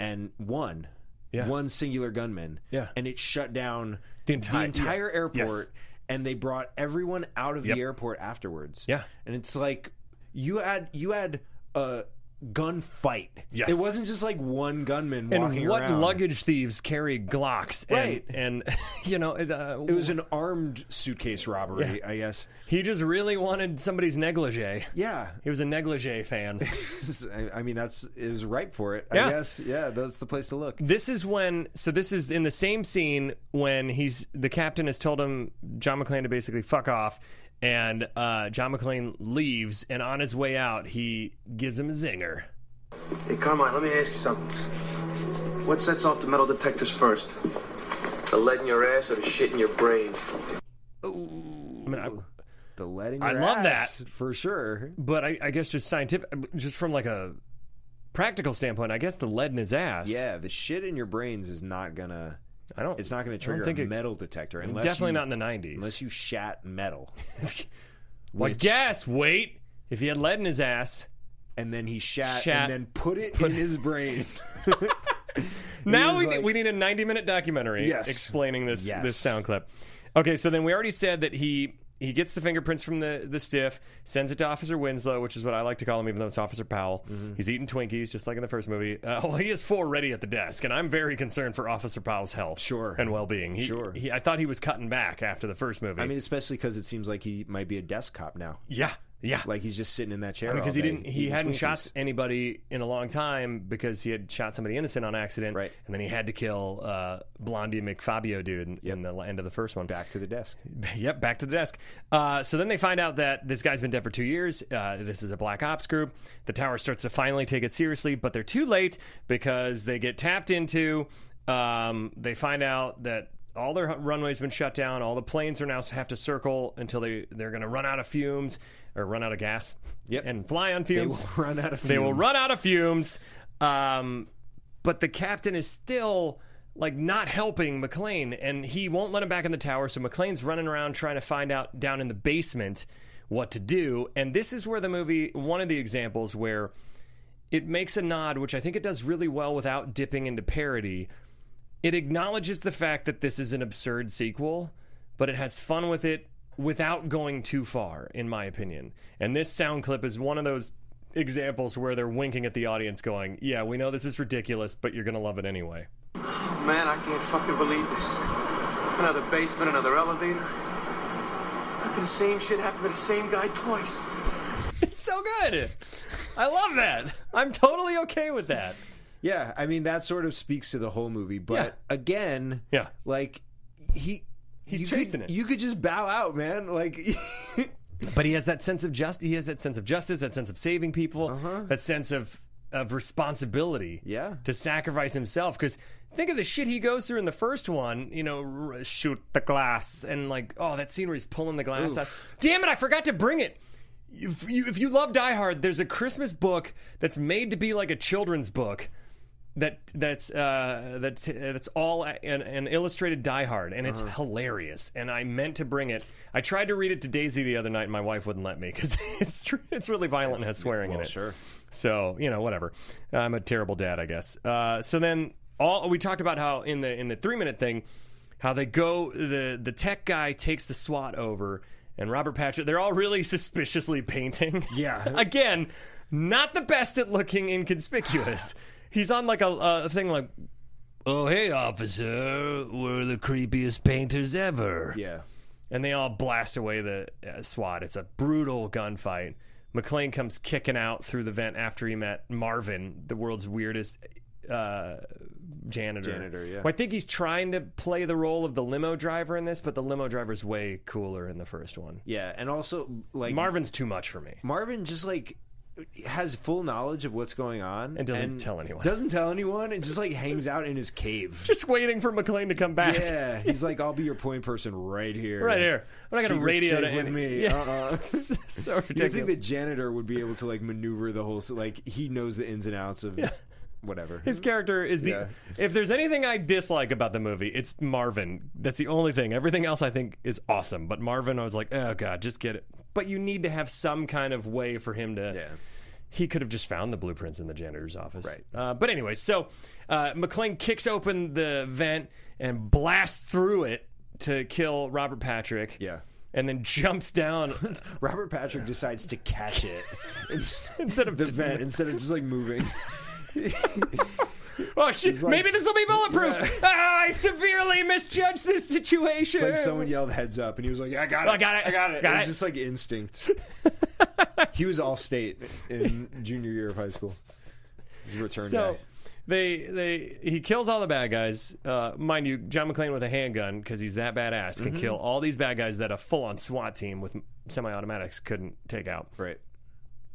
[SPEAKER 3] and one.
[SPEAKER 1] Yeah.
[SPEAKER 3] One singular gunman,
[SPEAKER 1] Yeah.
[SPEAKER 3] and it shut down
[SPEAKER 1] The entire-
[SPEAKER 3] entire
[SPEAKER 1] yeah.
[SPEAKER 3] airport,
[SPEAKER 1] Yes.
[SPEAKER 3] and they brought everyone out of
[SPEAKER 1] Yep.
[SPEAKER 3] the airport afterwards.
[SPEAKER 1] Yeah.
[SPEAKER 3] and it's like you had you had a gunfight.
[SPEAKER 1] Yes.
[SPEAKER 3] It wasn't just like one gunman walking
[SPEAKER 1] and what
[SPEAKER 3] around.
[SPEAKER 1] luggage thieves carry Glocks? And,
[SPEAKER 3] Right.
[SPEAKER 1] and *laughs* you know, it, uh,
[SPEAKER 3] It was an armed suitcase robbery, I guess.
[SPEAKER 1] he just really wanted somebody's negligee.
[SPEAKER 3] Yeah. *laughs*
[SPEAKER 1] He was a negligee fan.
[SPEAKER 3] I- I mean, that's it was ripe for it.
[SPEAKER 1] Yeah.
[SPEAKER 3] I guess. Yeah, that's the place to look.
[SPEAKER 1] this is when, so this is in the same scene when he's the captain has told him John McClane to basically fuck off, and uh, John McClane leaves, and on his way out, he gives him a zinger.
[SPEAKER 5] Hey, Carmine, let me ask you something. What sets off the metal detectors first? The lead in your ass or the shit in your brains?
[SPEAKER 1] I mean, I,
[SPEAKER 3] The lead in
[SPEAKER 1] I
[SPEAKER 3] your
[SPEAKER 1] love
[SPEAKER 3] ass, for sure.
[SPEAKER 1] but I, I guess just scientific, just from like a practical standpoint, I guess the lead in his ass.
[SPEAKER 3] Yeah, the shit in your brains is not gonna.
[SPEAKER 1] I don't.
[SPEAKER 3] It's not gonna
[SPEAKER 1] I don't
[SPEAKER 3] trigger
[SPEAKER 1] think
[SPEAKER 3] a
[SPEAKER 1] it-
[SPEAKER 3] metal detector unless
[SPEAKER 1] Definitely
[SPEAKER 3] you-
[SPEAKER 1] not in the nineties.
[SPEAKER 3] unless you shat metal.
[SPEAKER 1] *laughs* Well, I
[SPEAKER 3] Which-
[SPEAKER 1] guess, wait. If he had lead in his ass.
[SPEAKER 3] and then he shat,
[SPEAKER 1] Shat.
[SPEAKER 3] and then put it in
[SPEAKER 1] *laughs*
[SPEAKER 3] his brain.
[SPEAKER 1] Now
[SPEAKER 3] was
[SPEAKER 1] we,
[SPEAKER 3] like-
[SPEAKER 1] we need a 90 minute documentary
[SPEAKER 3] Yes.
[SPEAKER 1] explaining this,
[SPEAKER 3] Yes.
[SPEAKER 1] this sound clip. Okay, so then we already said that he. He gets the fingerprints from the, the stiff, sends it to Officer Winslow, which is what I like to call him, even though it's Officer Powell.
[SPEAKER 3] Mm-hmm.
[SPEAKER 1] He's eating Twinkies, just like in the first movie. Uh, well, he is four ready at the desk, and I'm very concerned for Officer Powell's health
[SPEAKER 3] Sure.
[SPEAKER 1] and well being. He,
[SPEAKER 3] Sure.
[SPEAKER 1] He, I thought he was cutting back after the first movie.
[SPEAKER 3] I mean, especially because it seems like he might be a desk cop now.
[SPEAKER 1] yeah, yeah.
[SPEAKER 3] Like he's just sitting in that chair
[SPEAKER 1] because
[SPEAKER 3] all
[SPEAKER 1] he
[SPEAKER 3] day
[SPEAKER 1] didn't he
[SPEAKER 3] eating
[SPEAKER 1] hadn't
[SPEAKER 3] Twinkies.
[SPEAKER 1] shot anybody in a long time because he had shot somebody innocent on accident
[SPEAKER 3] Right.
[SPEAKER 1] and then he had to kill uh, blondie mcfabio dude in, in the end of the first one
[SPEAKER 3] back to the desk.
[SPEAKER 1] *laughs* yep back to the desk uh, so then they find out that this guy's been dead for two years uh, this is a black ops group the tower starts to finally take it seriously but they're too late because they get tapped into um, they find out that all their hu- runway's been shut down all the planes are now have to circle until they, they're going to run out of fumes or run out of gas
[SPEAKER 3] Yep.
[SPEAKER 1] and fly on fumes
[SPEAKER 3] They will run out of.
[SPEAKER 1] they will
[SPEAKER 3] fumes.
[SPEAKER 1] run out of fumes. Um, but the captain is still like not helping McLean, and he won't let him back in the tower. So McLean's running around trying to find out down in the basement what to do. And this is where the movie, one of the examples where it makes a nod, which I think it does really well without dipping into parody. It acknowledges the fact that this is an absurd sequel, but it has fun with it without going too far, in my opinion. And this sound clip is one of those examples where they're winking at the audience, going, Yeah, we know this is ridiculous, but you're going to love it anyway.
[SPEAKER 5] Man, I can't fucking believe this. Another basement, another elevator. How could the same shit happen to the same guy twice?
[SPEAKER 1] It's so good. I love that. I'm totally okay with that.
[SPEAKER 3] Yeah, I mean that sort of speaks to the whole movie, but
[SPEAKER 1] Yeah.
[SPEAKER 3] again,
[SPEAKER 1] Yeah.
[SPEAKER 3] like he
[SPEAKER 1] He's
[SPEAKER 3] you
[SPEAKER 1] chasing
[SPEAKER 3] could,
[SPEAKER 1] it.
[SPEAKER 3] You could just bow out, man. Like *laughs*
[SPEAKER 1] But he has that sense of justice. He has that sense of justice, that sense of saving people, that sense of of responsibility.
[SPEAKER 3] Yeah.
[SPEAKER 1] to sacrifice himself. Because think of the shit he goes through in the first one. You know, r- shoot the glass and like, oh, that scene where he's pulling the glass out. Damn it! I forgot to bring it. If you, if you love Die Hard, there's a Christmas book that's made to be like a children's book that that's uh, that's that's all a- an, an illustrated Die Hard, and it's
[SPEAKER 3] Uh-huh.
[SPEAKER 1] hilarious. And I meant to bring it. I tried to read it to Daisy the other night, and my wife wouldn't let me because *laughs* it's tr- it's really violent and has swearing in
[SPEAKER 3] well,
[SPEAKER 1] it.
[SPEAKER 3] sure.
[SPEAKER 1] So you know, whatever. I'm a terrible dad, I guess. Uh, so then, all we talked about how in the in the three minute thing, how they go the the tech guy takes the SWAT over, and Robert Patrick. They're all really suspiciously painting.
[SPEAKER 3] Yeah.
[SPEAKER 1] *laughs* Again, not the best at looking inconspicuous. He's on like a, a thing like, oh hey officer, we're the creepiest painters ever
[SPEAKER 3] yeah.
[SPEAKER 1] and they all blast away the uh, SWAT. It's a brutal gunfight. McLean comes kicking out through the vent after he met Marvin, the world's weirdest uh, janitor.
[SPEAKER 3] Janitor, yeah.
[SPEAKER 1] Well, I think he's trying to play the role of the limo driver in this, but the limo driver's way cooler in the first one.
[SPEAKER 3] Yeah, and also like
[SPEAKER 1] Marvin's too much for me.
[SPEAKER 3] Marvin just like has full knowledge of what's going on
[SPEAKER 1] And doesn't tell anyone.
[SPEAKER 3] Doesn't tell anyone and just like hangs out in his cave.
[SPEAKER 1] *laughs* Just waiting for McLean to come back.
[SPEAKER 3] Yeah, he's like, I'll be your point person right here,
[SPEAKER 1] Right here. I'm not going to
[SPEAKER 3] Secret
[SPEAKER 1] radio
[SPEAKER 3] safe
[SPEAKER 1] to
[SPEAKER 3] with
[SPEAKER 1] any-
[SPEAKER 3] me.
[SPEAKER 1] Yeah. *laughs* *laughs*
[SPEAKER 3] Uh-uh.
[SPEAKER 1] so
[SPEAKER 3] Do you think
[SPEAKER 1] ridiculous.
[SPEAKER 3] the janitor would be able to like maneuver the whole? Like he knows the ins and outs of whatever.
[SPEAKER 1] His character is the.
[SPEAKER 3] Yeah.
[SPEAKER 1] If there's anything I dislike about the movie, it's Marvin. That's the only thing. Everything else I think is awesome, but Marvin, I was like, oh god, just get it. But you need to have some kind of way for him to.
[SPEAKER 3] Yeah.
[SPEAKER 1] He could have just found the blueprints in the janitor's office.
[SPEAKER 3] Right.
[SPEAKER 1] Uh, but anyway, so uh, McLean kicks open the vent and blasts through it to kill Robert Patrick.
[SPEAKER 3] Yeah.
[SPEAKER 1] and then jumps
[SPEAKER 3] *laughs*
[SPEAKER 1] down
[SPEAKER 3] Robert Patrick decides to
[SPEAKER 1] *laughs*
[SPEAKER 3] catch it
[SPEAKER 1] Instead of-
[SPEAKER 3] the vent instead of just like moving.
[SPEAKER 1] *laughs* Oh shit!
[SPEAKER 3] like-
[SPEAKER 1] Maybe this will be bulletproof. Ah, I severely misjudged this situation.
[SPEAKER 3] Like someone yelled heads up, and he was like, "I got it,
[SPEAKER 1] Oh, I got it,
[SPEAKER 3] I got it."
[SPEAKER 1] got
[SPEAKER 3] it was
[SPEAKER 1] it.
[SPEAKER 3] just
[SPEAKER 1] *laughs*
[SPEAKER 3] like instinct. he was all state in junior year of high school. His return
[SPEAKER 1] so
[SPEAKER 3] day.
[SPEAKER 1] they they he kills all the bad guys. Uh, mind you, John McClane with a handgun because he's that badass can kill all these bad guys that a full on SWAT team with semi-automatics couldn't take out.
[SPEAKER 3] Right.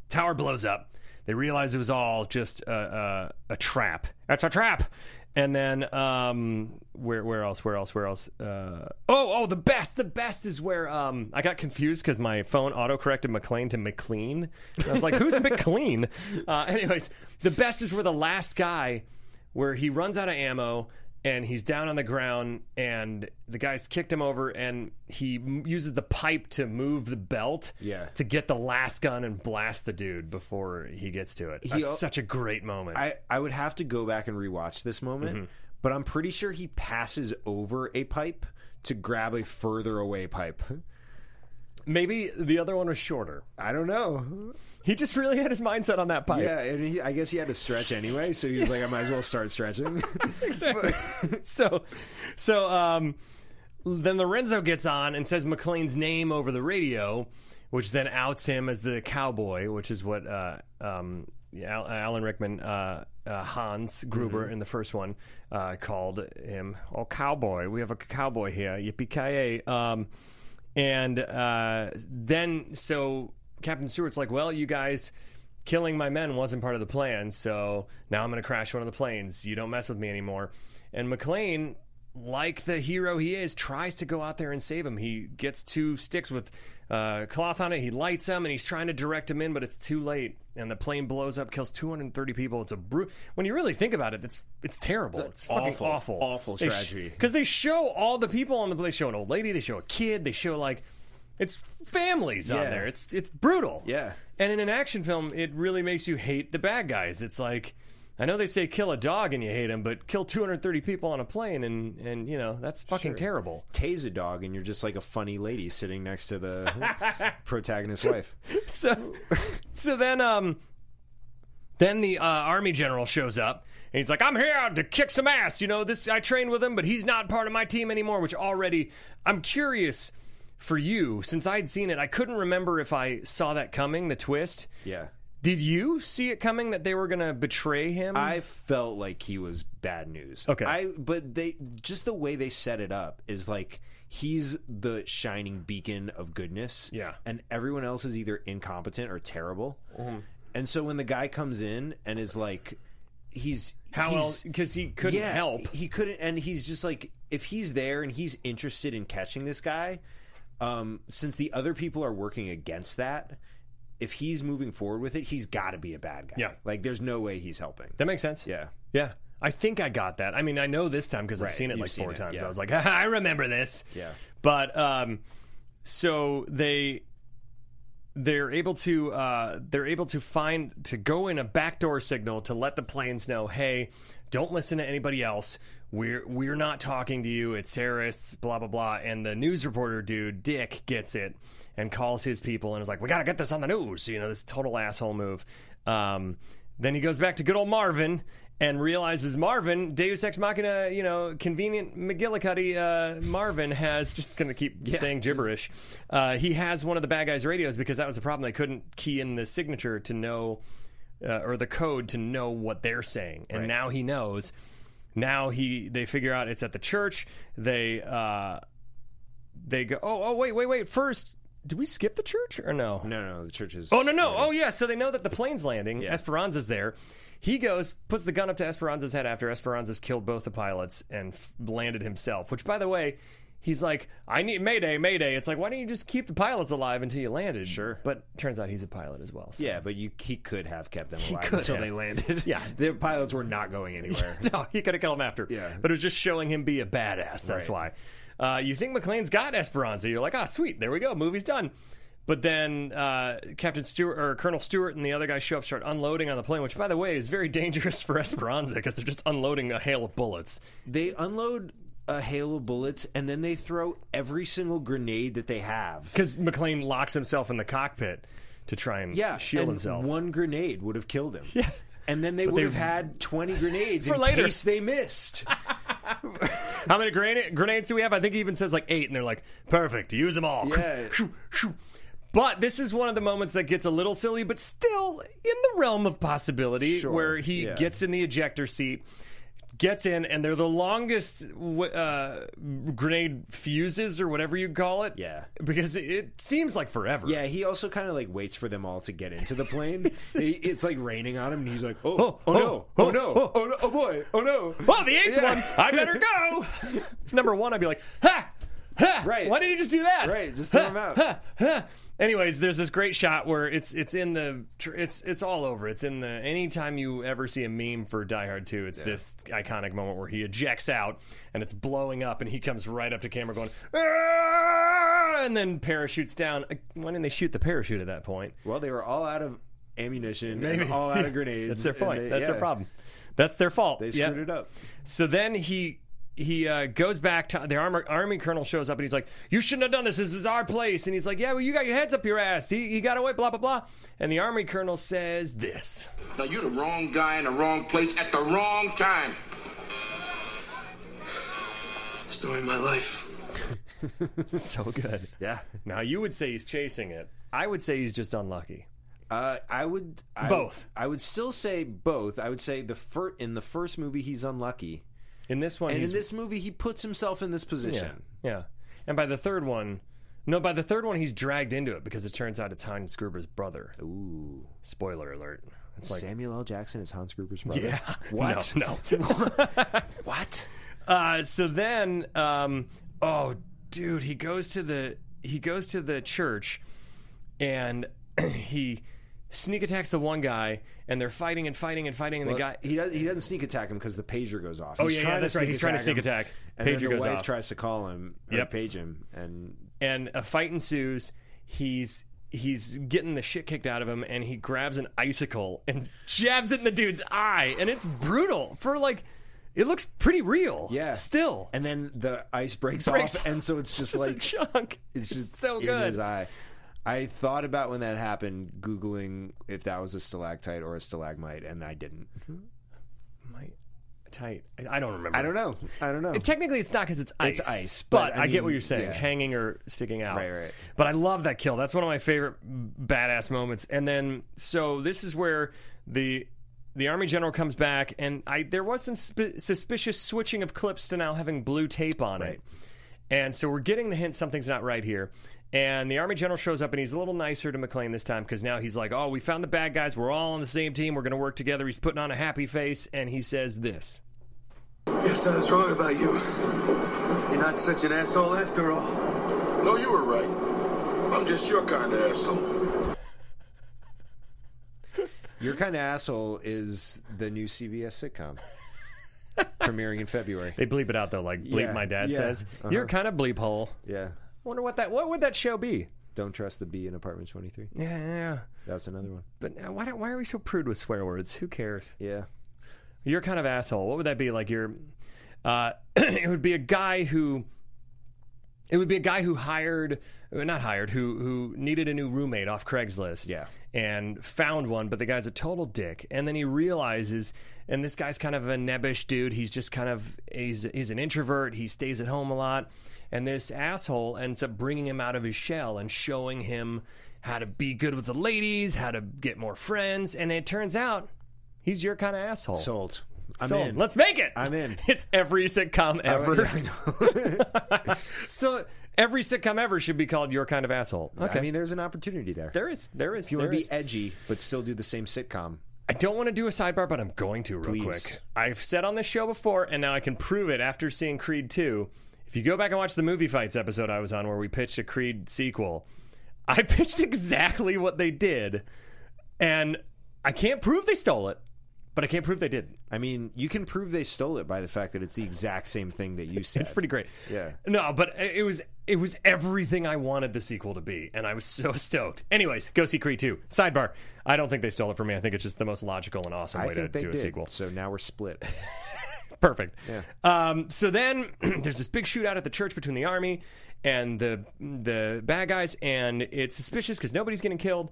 [SPEAKER 1] Tower blows up. They realize it was all just a, uh a trap. It's a trap. And then um, where where else? Where else? Where else? Uh, oh oh, the best. The best is where um, I got confused because my phone autocorrected McLean to McLean. And I was like, who's McLean? Uh, anyways, the best is where the last guy, where he runs out of ammo and he's down on the ground and the guys kicked him over and he m- uses the pipe to move the belt
[SPEAKER 3] Yeah.
[SPEAKER 1] to get the last gun and blast the dude before he gets to it. That's
[SPEAKER 3] al-
[SPEAKER 1] such a great moment.
[SPEAKER 3] I, I would have to go back and rewatch this moment,
[SPEAKER 1] Mm-hmm.
[SPEAKER 3] but I'm pretty sure he passes over a pipe to grab a further away pipe.
[SPEAKER 1] Maybe the other one was shorter.
[SPEAKER 3] I don't know.
[SPEAKER 1] He just really had his mindset on that pipe.
[SPEAKER 3] Yeah, and he, I guess he had to stretch anyway, so he was like, "I might as well start stretching."
[SPEAKER 1] *laughs*
[SPEAKER 3] *laughs*
[SPEAKER 1] So, so um, then Lorenzo gets on and says McLean's name over the radio, which then outs him as the cowboy, which is what uh, um, Al- Alan Rickman, uh, uh, Hans Gruber
[SPEAKER 3] Mm-hmm.
[SPEAKER 1] in the first one, uh, called him. Oh, cowboy! We have a cowboy here. Yippee ki yay! Um, and uh, then so Captain Stewart's like, "Well, you guys." killing my men wasn't part of the plan, so now I'm going to crash one of the planes. You don't mess with me anymore. And McLean, like the hero he is, tries to go out there and save him. He gets two sticks with uh, cloth on it. He lights them, and he's trying to direct him in, but it's too late. And the plane blows up, kills 230 people. It's a bru- when you really think about it, it's it's terrible. It's, fucking
[SPEAKER 3] awful,
[SPEAKER 1] awful,
[SPEAKER 3] awful tragedy.
[SPEAKER 1] Because they show all the people on the plane. They show an old lady. They show a kid. They show like it's families on
[SPEAKER 3] Yeah.
[SPEAKER 1] there. It's it's brutal.
[SPEAKER 3] Yeah.
[SPEAKER 1] And in an action film, it really makes you hate the bad guys. It's like, I know they say kill a dog and you hate him, but kill 230 people on a plane and, and you know, that's fucking terrible.
[SPEAKER 3] Tase a dog, and you're just like a funny lady sitting next
[SPEAKER 1] *laughs*
[SPEAKER 3] to the protagonist's wife.
[SPEAKER 1] So, so then, um, then the uh, army general shows up and he's like, I'm here to kick some ass. You know, this, I trained with him, but he's not part of my team anymore, which already, I'm curious for you, since I'd seen it, I couldn't remember if I saw that coming, the twist.
[SPEAKER 3] Yeah,
[SPEAKER 1] Did you see it coming that they were going to betray him?
[SPEAKER 3] I felt like he was bad news.
[SPEAKER 1] Okay.
[SPEAKER 3] I but they just the way they set it up is like he's the shining beacon of goodness.
[SPEAKER 1] Yeah.
[SPEAKER 3] and everyone else is either incompetent or terrible. And so when the guy comes in and is like, he's
[SPEAKER 1] How
[SPEAKER 3] he's-
[SPEAKER 1] else? Because he couldn't
[SPEAKER 3] yeah,
[SPEAKER 1] help.
[SPEAKER 3] He couldn't, and he's just like, if he's there and he's interested in catching this guy, um, since the other people are working against that, if he's moving forward with it, he's got to be a bad guy.
[SPEAKER 1] Yeah.
[SPEAKER 3] like there's no way he's helping.
[SPEAKER 1] That makes sense.
[SPEAKER 3] yeah,
[SPEAKER 1] yeah. I think I got that. I mean, I know this time because I've
[SPEAKER 3] Right,
[SPEAKER 1] seen it
[SPEAKER 3] you've
[SPEAKER 1] like
[SPEAKER 3] seen
[SPEAKER 1] four
[SPEAKER 3] it,
[SPEAKER 1] times.
[SPEAKER 3] yeah.
[SPEAKER 1] I was like, *laughs* I remember this.
[SPEAKER 3] Yeah.
[SPEAKER 1] But um, so they they're able to uh, they're able to find to go in a backdoor signal to let the planes know, hey, don't listen to anybody else. We're we're not talking to you. It's terrorists, blah blah blah. And the news reporter dude, Dick, gets it and calls his people and is like, we gotta get this on the news. You know, this total asshole move. Um, then he goes back to good old Marvin and realizes Marvin, Deus Ex Machina, you know, convenient McGillicuddy, uh, Marvin has, *laughs* just going to keep saying gibberish, uh, he has one of the bad guys' radios because that was the problem. They couldn't key in the signature to know, uh, or the code to know what they're saying. And now he knows. Now he, they figure out it's at the church. They, uh, they go, oh, oh, wait, wait, wait. First, did we skip the church or no?
[SPEAKER 3] no, no, the church is.
[SPEAKER 1] Oh no no oh yeah so they know that the plane's landing Esperanza's there he goes puts the gun up to Esperanza's head after Esperanza's killed both the pilots and f- landed himself which by the way he's like I need Mayday Mayday it's like why don't you just keep the pilots alive until you landed sure but turns out he's a pilot as well so.
[SPEAKER 3] Yeah, but you, he could have kept them alive
[SPEAKER 1] could
[SPEAKER 3] until
[SPEAKER 1] have.
[SPEAKER 3] they landed.
[SPEAKER 1] Yeah.
[SPEAKER 3] *laughs* the pilots were not
[SPEAKER 1] *laughs*
[SPEAKER 3] going anywhere.
[SPEAKER 1] no he could have killed him after
[SPEAKER 3] Yeah.
[SPEAKER 1] but it was just showing him be a badass that's
[SPEAKER 3] Right.
[SPEAKER 1] why uh, you think McLean's got Esperanza you're like ah sweet there we go movie's done. But then uh, Captain Stewart or Colonel Stewart and the other guy show up, start unloading on the plane, which, by *laughs* the way, is very dangerous for Esperanza because they're just unloading a hail of bullets.
[SPEAKER 3] They unload a hail of bullets, and then they throw every single grenade that they have.
[SPEAKER 1] Because McLean locks himself in the cockpit to try and
[SPEAKER 3] Yeah,
[SPEAKER 1] shield
[SPEAKER 3] and
[SPEAKER 1] himself.
[SPEAKER 3] One grenade would have killed him. Yeah. And then they
[SPEAKER 1] But
[SPEAKER 3] would
[SPEAKER 1] they-
[SPEAKER 3] have had 20
[SPEAKER 1] *laughs*
[SPEAKER 3] grenades
[SPEAKER 1] For
[SPEAKER 3] in
[SPEAKER 1] later.
[SPEAKER 3] case
[SPEAKER 1] *laughs*
[SPEAKER 3] they missed.
[SPEAKER 1] How many grenade, grenades do we have? I think he even says like eight, and they're like, perfect, use them all. *laughs*
[SPEAKER 3] Yeah.
[SPEAKER 1] But this is one of the moments that gets a little silly, but still in the realm of possibility,
[SPEAKER 3] Sure,
[SPEAKER 1] where he
[SPEAKER 3] yeah.
[SPEAKER 1] gets in the ejector seat, gets in, and they're the longest w- uh, grenade fuses or whatever you call it.
[SPEAKER 3] Yeah.
[SPEAKER 1] Because it- it seems like forever.
[SPEAKER 3] Yeah, he also kind of like waits for them all to get into
[SPEAKER 1] *laughs*
[SPEAKER 3] the plane. it's, it's like raining on him, and he's like, "Oh, oh,
[SPEAKER 1] oh,
[SPEAKER 3] no,
[SPEAKER 1] oh,
[SPEAKER 3] oh, no,
[SPEAKER 1] oh.
[SPEAKER 3] oh, no, oh boy, oh no."
[SPEAKER 1] Well, the eighth
[SPEAKER 3] Yeah.
[SPEAKER 1] one, I better
[SPEAKER 3] *laughs*
[SPEAKER 1] go. Number one, I'd be like, ha, ha.
[SPEAKER 3] Right.
[SPEAKER 1] Why did you just do that?
[SPEAKER 3] Right, just throw him out.
[SPEAKER 1] Ha, ha. Anyways, there's this great shot where it's it's in the tr- it's it's all over. It's in the anytime you ever see a meme for Die Hard 2, it's this iconic moment where he ejects out and it's blowing up and he comes right up to camera going "Ah," and then parachutes down. Uh, Why didn't they shoot the parachute at that point?
[SPEAKER 3] Well, they were all out of ammunition, and all out of
[SPEAKER 1] *laughs*
[SPEAKER 3] grenades.
[SPEAKER 1] That's their
[SPEAKER 3] and
[SPEAKER 1] point.
[SPEAKER 3] they-
[SPEAKER 1] That's their
[SPEAKER 3] yeah,
[SPEAKER 1] problem. That's their fault.
[SPEAKER 3] They
[SPEAKER 1] Yeah.
[SPEAKER 3] screwed it up.
[SPEAKER 1] So then he he uh, goes back to the armor, army colonel shows up and he's like, "You shouldn't have done this. This is our place." And he's like, "Yeah, well, you got your heads up your ass. He, he got away. Blah blah blah." And the army colonel says this. *laughs*
[SPEAKER 8] Now you're the wrong guy in the wrong place at the wrong time.
[SPEAKER 5] Story of my life.
[SPEAKER 1] So good.
[SPEAKER 3] Yeah,
[SPEAKER 1] Now you would say he's chasing it. I would say he's just unlucky.
[SPEAKER 3] uh, I would I,
[SPEAKER 1] Both.
[SPEAKER 3] I would still say both. I would say the fir- in the first movie he's unlucky,
[SPEAKER 1] In this one,
[SPEAKER 3] and
[SPEAKER 1] he's
[SPEAKER 3] in this movie he puts himself in this
[SPEAKER 1] yeah,
[SPEAKER 3] position.
[SPEAKER 1] yeah. And by the third one, no, by the third one he's dragged into it because it turns out it's Hans Gruber's brother. Ooh. Spoiler alert. It's like
[SPEAKER 3] Samuel L. Jackson is Hans Gruber's brother.
[SPEAKER 1] *laughs*
[SPEAKER 3] *laughs*
[SPEAKER 1] Yeah.
[SPEAKER 3] What?
[SPEAKER 1] No. no. what? Uh, so then, um, oh, dude, he goes to the he goes to the church, and *clears throat* he sneak attacks the one guy, and they're fighting and fighting and fighting, and the guy.
[SPEAKER 3] Well, he does. He doesn't sneak attack him because the pager goes off.
[SPEAKER 1] Oh, yeah, yeah, that's right. He's trying to sneak
[SPEAKER 3] him,
[SPEAKER 1] attack.
[SPEAKER 3] And
[SPEAKER 1] Pager
[SPEAKER 3] then the
[SPEAKER 1] goes
[SPEAKER 3] wife
[SPEAKER 1] off.
[SPEAKER 3] tries to call him or
[SPEAKER 1] Yep.
[SPEAKER 3] page him, and
[SPEAKER 1] and a fight ensues. He's he's getting the shit kicked out of him, and he grabs an icicle and *laughs* jabs it in the dude's eye, and it's brutal for like. It looks pretty real.
[SPEAKER 3] yeah,
[SPEAKER 1] Still.
[SPEAKER 3] And then the ice breaks,
[SPEAKER 1] Breaks
[SPEAKER 3] off,
[SPEAKER 1] off.
[SPEAKER 3] and so it's
[SPEAKER 1] *laughs*
[SPEAKER 3] just
[SPEAKER 1] It's
[SPEAKER 3] like
[SPEAKER 1] a chunk.
[SPEAKER 3] it's just
[SPEAKER 1] so good.
[SPEAKER 3] in his eye. I thought about when that happened, googling if that was a stalactite or a stalagmite, and I didn't.
[SPEAKER 1] My tight. I- I don't remember.
[SPEAKER 3] I don't know. I don't know.
[SPEAKER 1] Technically, it's not because it's ice.
[SPEAKER 3] It's ice,
[SPEAKER 1] but,
[SPEAKER 3] but
[SPEAKER 1] I,
[SPEAKER 3] I
[SPEAKER 1] get what
[SPEAKER 3] mean,
[SPEAKER 1] you're saying.
[SPEAKER 3] yeah.
[SPEAKER 1] Hanging or sticking out.
[SPEAKER 3] Right, right.
[SPEAKER 1] But I love that kill. That's one of my favorite badass moments. And then, so this is where the the army general comes back, and I there was some sp- suspicious switching of clips to now having blue tape on it. And so we're getting the hint something's not right here. And the army general shows up and he's a little nicer to McLean this time because now he's like, oh, we found the bad guys. We're all on the same team. We're going to work together. He's putting on a happy face and he says this.
[SPEAKER 5] Guess I was wrong about you. You're not such an asshole after all.
[SPEAKER 8] No, you were right. I'm just your kind of asshole.
[SPEAKER 3] Your kind of asshole is the new
[SPEAKER 1] *laughs*
[SPEAKER 3] CBS sitcom premiering in February.
[SPEAKER 1] They bleep it out though, like bleep
[SPEAKER 3] Yeah,
[SPEAKER 1] my dad
[SPEAKER 3] yeah,
[SPEAKER 1] says.
[SPEAKER 3] uh-huh.
[SPEAKER 1] You're kind of bleep hole.
[SPEAKER 3] Yeah.
[SPEAKER 1] Wonder what that what would that show be?
[SPEAKER 3] Don't trust the bee in apartment twenty three.
[SPEAKER 1] Yeah, yeah.
[SPEAKER 3] That's another one.
[SPEAKER 1] But now, why don't, why are we so prude with swear words? Who cares?
[SPEAKER 3] Yeah.
[SPEAKER 1] You're kind of asshole. What would that be like? You're uh, *clears throat* it would be a guy who it would be a guy who hired uh, not hired who who needed a new roommate off Craigslist.
[SPEAKER 3] Yeah.
[SPEAKER 1] And found one, but the guy's a total dick. And then he realizes and this guy's kind of a nebbish dude. He's just kind of he's he's an introvert. He stays at home a lot. And this asshole ends up bringing him out of his shell and showing him how to be good with the ladies, how to get more friends, and it turns out he's your kind of asshole.
[SPEAKER 3] Sold. I'm
[SPEAKER 1] So,
[SPEAKER 3] in.
[SPEAKER 1] Let's make it.
[SPEAKER 3] I'm in.
[SPEAKER 1] *laughs* It's every sitcom ever.
[SPEAKER 3] Yeah, I know. *laughs*
[SPEAKER 1] so every sitcom ever should be called "Your Kind of Asshole." Okay.
[SPEAKER 3] I mean, there's an opportunity there.
[SPEAKER 1] there is. There is.
[SPEAKER 3] If you want
[SPEAKER 1] there
[SPEAKER 3] to be
[SPEAKER 1] is.
[SPEAKER 3] edgy but still do the same sitcom,
[SPEAKER 1] I don't want to do a sidebar, but I'm going to real
[SPEAKER 3] Please.
[SPEAKER 1] quick. I've said on this show before, and now I can prove it after seeing Creed 2. If you go back and watch the movie fights episode I was on where we pitched a Creed sequel, I *laughs* pitched exactly what they did, and I can't prove they stole it, but I can't prove they didn't.
[SPEAKER 3] I mean, you can prove they stole it by the fact that it's the exact same thing that you said.
[SPEAKER 1] It's pretty great.
[SPEAKER 3] Yeah.
[SPEAKER 1] No, but it it was it was everything I wanted the sequel to be, and I was so *laughs* stoked. Anyways, go see Creed 2. Sidebar. I don't think they stole it from me. I think it's just the most logical and awesome
[SPEAKER 3] I
[SPEAKER 1] way to
[SPEAKER 3] think they
[SPEAKER 1] do a *laughs*
[SPEAKER 3] did.
[SPEAKER 1] sequel.
[SPEAKER 3] So now we're split.
[SPEAKER 1] Perfect. Um, so then *clears throat* there's this big shootout at the church between the army and the the bad guys, and it's suspicious because nobody's getting killed.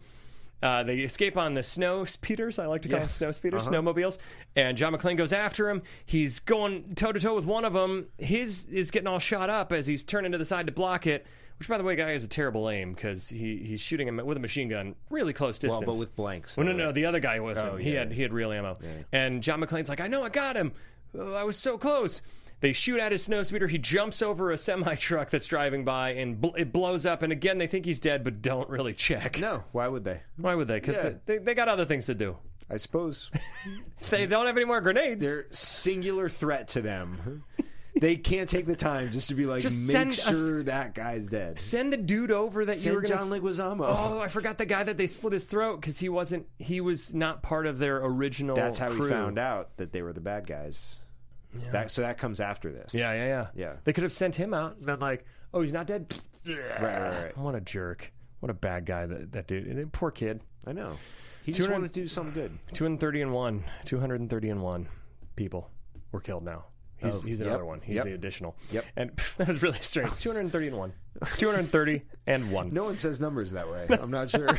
[SPEAKER 1] Uh, they escape on the snow speeders. I like to call them snow speeders,
[SPEAKER 3] Uh-huh.
[SPEAKER 1] snowmobiles. And John McClane goes after him. He's going toe to toe with one of them. His is getting all shot up as he's turning to the side to block it. Which, by the way, guy is a terrible aim because he, he's shooting him with a machine gun, really close
[SPEAKER 3] Well,
[SPEAKER 1] distance.
[SPEAKER 3] but with blanks.
[SPEAKER 1] Well, no,
[SPEAKER 3] though,
[SPEAKER 1] no,
[SPEAKER 3] right?
[SPEAKER 1] the other guy wasn't.
[SPEAKER 3] Oh,
[SPEAKER 1] he
[SPEAKER 3] yeah,
[SPEAKER 1] had
[SPEAKER 3] yeah.
[SPEAKER 1] he had real ammo. And John McClane's like, I know, I got him. Oh, I was so close. They shoot at his snow speeder. He jumps over a semi truck that's driving by, and bl- it blows up. And again, they think he's dead, but don't really check.
[SPEAKER 3] No, why would they?
[SPEAKER 1] Why would they? Because
[SPEAKER 3] Yeah.
[SPEAKER 1] they, they got other things to do.
[SPEAKER 3] I suppose
[SPEAKER 1] They don't have any more grenades.
[SPEAKER 3] their singular threat
[SPEAKER 1] *laughs*
[SPEAKER 3] to them. They can't take the time just to be like,
[SPEAKER 1] Just
[SPEAKER 3] make
[SPEAKER 1] send us-
[SPEAKER 3] sure that guy's dead.
[SPEAKER 1] Send the dude over that you
[SPEAKER 3] Send
[SPEAKER 1] were gonna
[SPEAKER 3] John Leguizamo.
[SPEAKER 1] Oh, I forgot the guy that they slit his throat because he wasn't. He was not part of their original.
[SPEAKER 3] That's how
[SPEAKER 1] crew.
[SPEAKER 3] we found out that they were the bad guys. That, so that comes after this.
[SPEAKER 1] Yeah, yeah, yeah.
[SPEAKER 3] Yeah.
[SPEAKER 1] They could have sent him out and been like, oh, he's not dead.
[SPEAKER 3] Right, right, right.
[SPEAKER 1] What a jerk. What a bad guy that, that dude. And then poor kid.
[SPEAKER 3] I know. He just
[SPEAKER 1] 200
[SPEAKER 3] wanted to do something good.
[SPEAKER 1] 230 and 1. 230 and 1 people were killed now. He's,
[SPEAKER 3] Oh,
[SPEAKER 1] he's
[SPEAKER 3] yep,
[SPEAKER 1] another one. He's
[SPEAKER 3] yep.
[SPEAKER 1] the additional.
[SPEAKER 3] Yep.
[SPEAKER 1] And *laughs* that was really
[SPEAKER 3] *laughs*
[SPEAKER 1] strange. 230 and 1. 230 and 1.
[SPEAKER 3] No one says numbers that way. I'm not sure.